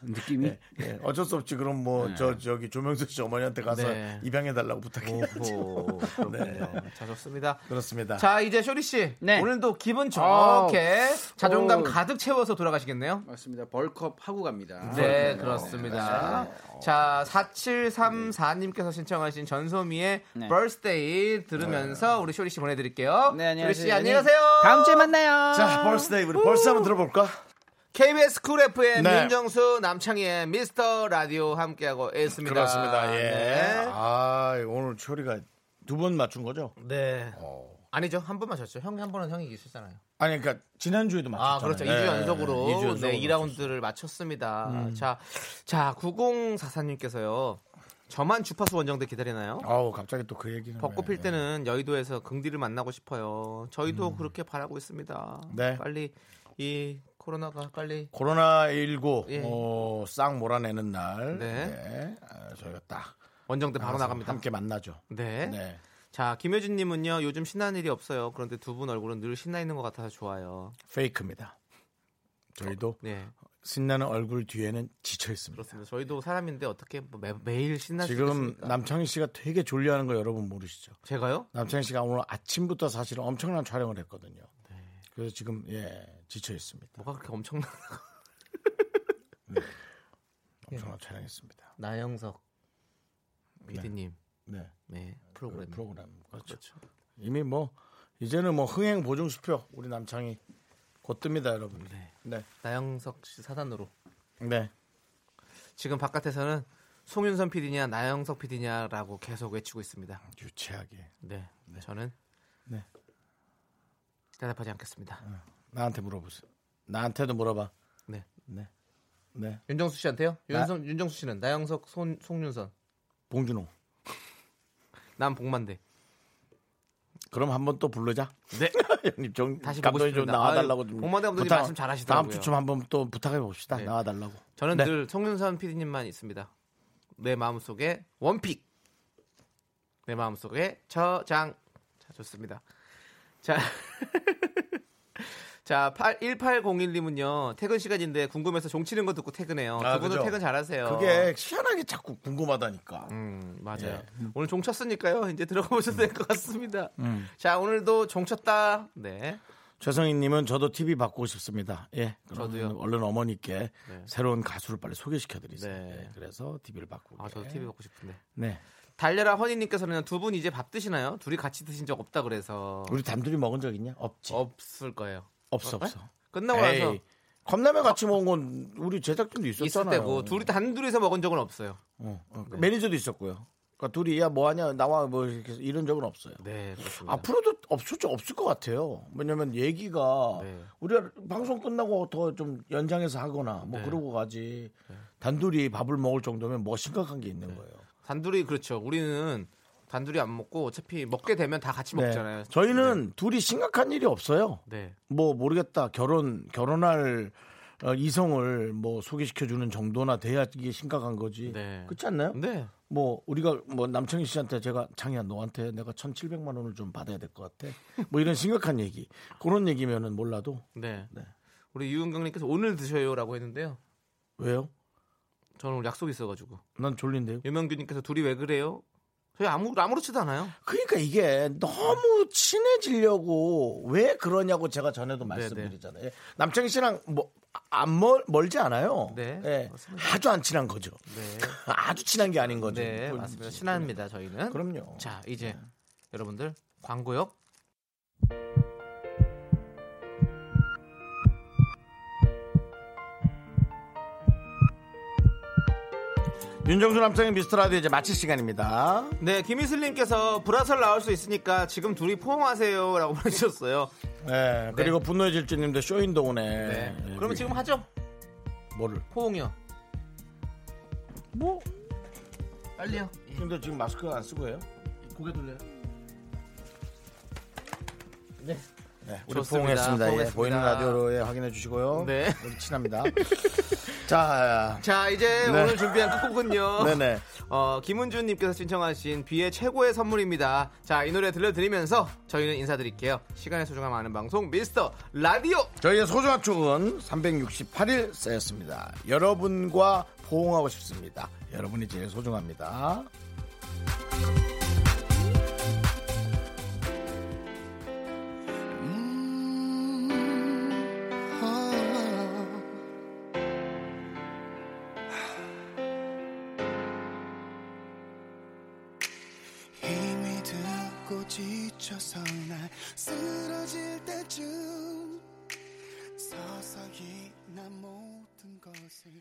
느낌이 예, 어쩔 수 없지 그럼 뭐 저 저기 조명수 씨 어머니한테 가서 네. 입양해 달라고 부탁해요. 오호, 그렇군요. 어, 자 좋습니다. 그렇습니다. 자 이제 쇼리 씨 네. 아, 오늘도 기분 좋게 자존감 어. 가득 채워서 돌아가시겠네요. 맞습니다. 벌컵 하고 갑니다. 네, 그렇습니다. 자, 4734님께서 신청하신 전소미의 네. birthday 들으면서 우리 쇼리 씨 보내드릴게요. 네, 쇼리 안녕하세요. 씨, 안녕히 가세요. 다음 주에 만나요. 자, 벌스데이 우리 벌스 한번 들어볼까? KBS 쿨 FM 네. 윤정수 남창희의 미스터 라디오 함께하고 있습니다. 그렇습니다. 예. 네. 아, 오늘 초리가 두 번 맞춘 거죠? 네. 아니죠. 한 번 맞췄죠. 형이 한 번은 형이 이기셨잖아요. 아니 그러니까 지난주에도 맞췄잖아요. 아, 그렇죠. 2주 연속으로 네, 2라운드를 맞췄습니다. 음. 자, 자, 9044님께서요. 저만 주파수 원정대 기다리나요? 아우, 갑자기 또 그 얘기는. 벚꽃 필 네. 때는 여의도에서 긍디를 만나고 싶어요. 저희도 그렇게 바라고 있습니다. 네. 빨리 이 코로나가 빨리 코로나19 예. 어, 싹 몰아내는 날. 네. 네. 아, 저희가 딱 원정대 바로 알아서 나갑니다. 함께 만나죠. 네. 네. 자, 김효진 님은요. 요즘 신나는 일이 없어요. 그런데 두 분 얼굴은 늘 신나 있는 것 같아서 좋아요. 페이크입니다. 저희도 네. 신나는 얼굴 뒤에는 지쳐 있습니다. 그렇습니다. 저희도 사람인데 어떻게 뭐 매, 매일 신나 지금 남창희 씨가 되게 졸려하는 거 여러분 모르시죠? 제가요? 남창희 씨가 오늘 아침부터 사실 엄청난 촬영을 했거든요. 그래서 지금 예 지쳐 있습니다. 뭐가 그렇게 [laughs] 엄청난 엄청난 촬영했습니다. 나영석 PD 님. 네 네. 프로그램. 프로그램 그렇죠. 그렇죠. 이미 뭐 이제는 뭐 흥행 보증 수표 우리 남창희 곧 뜹니다 여러분. 네. 네 나영석 씨 사단으로 네. 지금 바깥에서는 송윤선 PD냐 나영석 PD냐라고 계속 외치고 있습니다. 유쾌하게 네, 저는 네. 대답하지 않겠습니다. 나한테 물어보세요. 나한테도 물어봐. 네, 네 네. 윤정수 씨한테요. 나- 윤성, 윤정수 씨는 나영석, 손, 송윤선, 봉준호. 난 복만대. 그럼 한번 또 부르자. 네, 형님 좀 다시 보고 감독님 좀 싶습니다. 나와달라고 아유, 좀. 봉만대 감독님 부탁- 말씀 잘하시더라고요. 다음 주쯤 한번 또 부탁해 봅시다. 네. 나와달라고. 저는 네. 늘 송윤선 PD님만 있습니다. 내 마음 속에 원픽, 내 마음 속에 저장. 자, 좋습니다. 자. [laughs] 자, 8, 1801님은요, 퇴근 시간인데 궁금해서 종 치는 거 듣고 퇴근해요. 아, 두 분은 그죠? 퇴근 잘하세요. 그게 희한하게 자꾸 궁금하다니까. 어. 음, 맞아요. 예. 오늘 종 쳤으니까요. 이제 들어가 보셔도 될 것 같습니다. 음. 자, 오늘도 종 쳤다. 네. 최성희님은 저도 TV 바꾸고 싶습니다. 예, 그럼 저도요. 얼른 어머니께 네. 새로운 가수를 빨리 소개시켜드리세요. 네. 예, 그래서 TV를 바꾸고. 아, 저도 TV 먹고 싶은데. 네, 달려라 허니님께서는 두 분 이제 밥 드시나요? 둘이 같이 드신 적 없다 그래서 우리 담들이 먹은 적 있냐? 없지. 없을 거예요. 없어 어, 없어. 끝나고 나서 에이, 컵라면 같이 먹은 건 우리 제작진도 있을 있었잖아요. 때고 둘이 네. 단둘이서 먹은 적은 없어요. 어, 어, 그 매니저도 있었고요. 그러니까 둘이 야 뭐하냐 나와 뭐 이렇게 해서 이런 적은 없어요. 네, 그렇습니다. 앞으로도 없을 적 없을 것 같아요. 왜냐면 얘기가 네. 우리가 방송 끝나고 더 좀 연장해서 하거나 뭐 네. 그러고 가지 단둘이 밥을 먹을 정도면 뭐 심각한 게 네. 있는 거예요. 단둘이 그렇죠. 우리는 단둘이 안 먹고 어차피 먹게 되면 다 같이 먹잖아요. 네. 저희는 둘이 심각한 일이 없어요. 네. 뭐 모르겠다 결혼 결혼할 어, 이성을 뭐 소개시켜 주는 정도나 돼야 이게 심각한 거지. 네. 그렇지 않나요? 네. 뭐 우리가 뭐 남창희 씨한테 제가 창희야 너한테 내가 1,700만 원을 좀 받아야 될 것 같아. 뭐 이런 [laughs] 심각한 얘기. 그런 얘기면은 몰라도 네. 네. 우리 유은경님께서 오늘 드셔요라고 했는데요. 왜요? 저는 오늘 약속이 있어가지고. 난 졸린데요. 유명규님께서 둘이 왜 그래요? 저희 아무 아무렇지도 않아요. 그러니까 이게 너무 친해지려고 왜 그러냐고 제가 전에도 네, 말씀드리잖아요. 남창희 씨랑 뭐안 멀지 않아요. 네, 예. 맞습니다. 아주 안 친한 거죠. [laughs] 네, 아주 친한 게 아닌 거죠. 네 그렇죠. 그건 맞습니다. 이제. 친합니다 저희는. 그럼요. 네. 자 이제 여러분들 광고요. 윤정수 남창의 미스터 라디오 이제 마칠 시간입니다. 네, 김희슬님께서 불화설 나올 수 있으니까 지금 둘이 포옹하세요라고 [laughs] 보내주셨어요. 네, 그리고 분노의 질주님도 쇼인도우네. 예, 네. 그러면 지금 하죠? 뭐를? 포옹이요. 뭐? 빨리요. 근데 지금 마스크 안 쓰고 해요? 고개 돌려요. 네, 우리 좋습니다. 포옹했습니다. 예, 포옹했습니다. 보이는 라디오로 예, 확인해 주시고요. 네. 우리 친합니다. [laughs] 자, 자, 이제 네. 오늘 준비한 곡은요. [laughs] 네네. 어, 김은준님께서 신청하신 비의 최고의 선물입니다. 자, 이 노래 들려드리면서 저희는 인사드릴게요. 시간의 소중함 아는 방송 미스터 라디오. 저희의 소중한 추억은 368일 쌓였습니다. 여러분과 포옹하고 싶습니다. 여러분이 제일 소중합니다. 힘이 들고 지쳐서 날 쓰러질 때쯤 서서히 나 모든 것을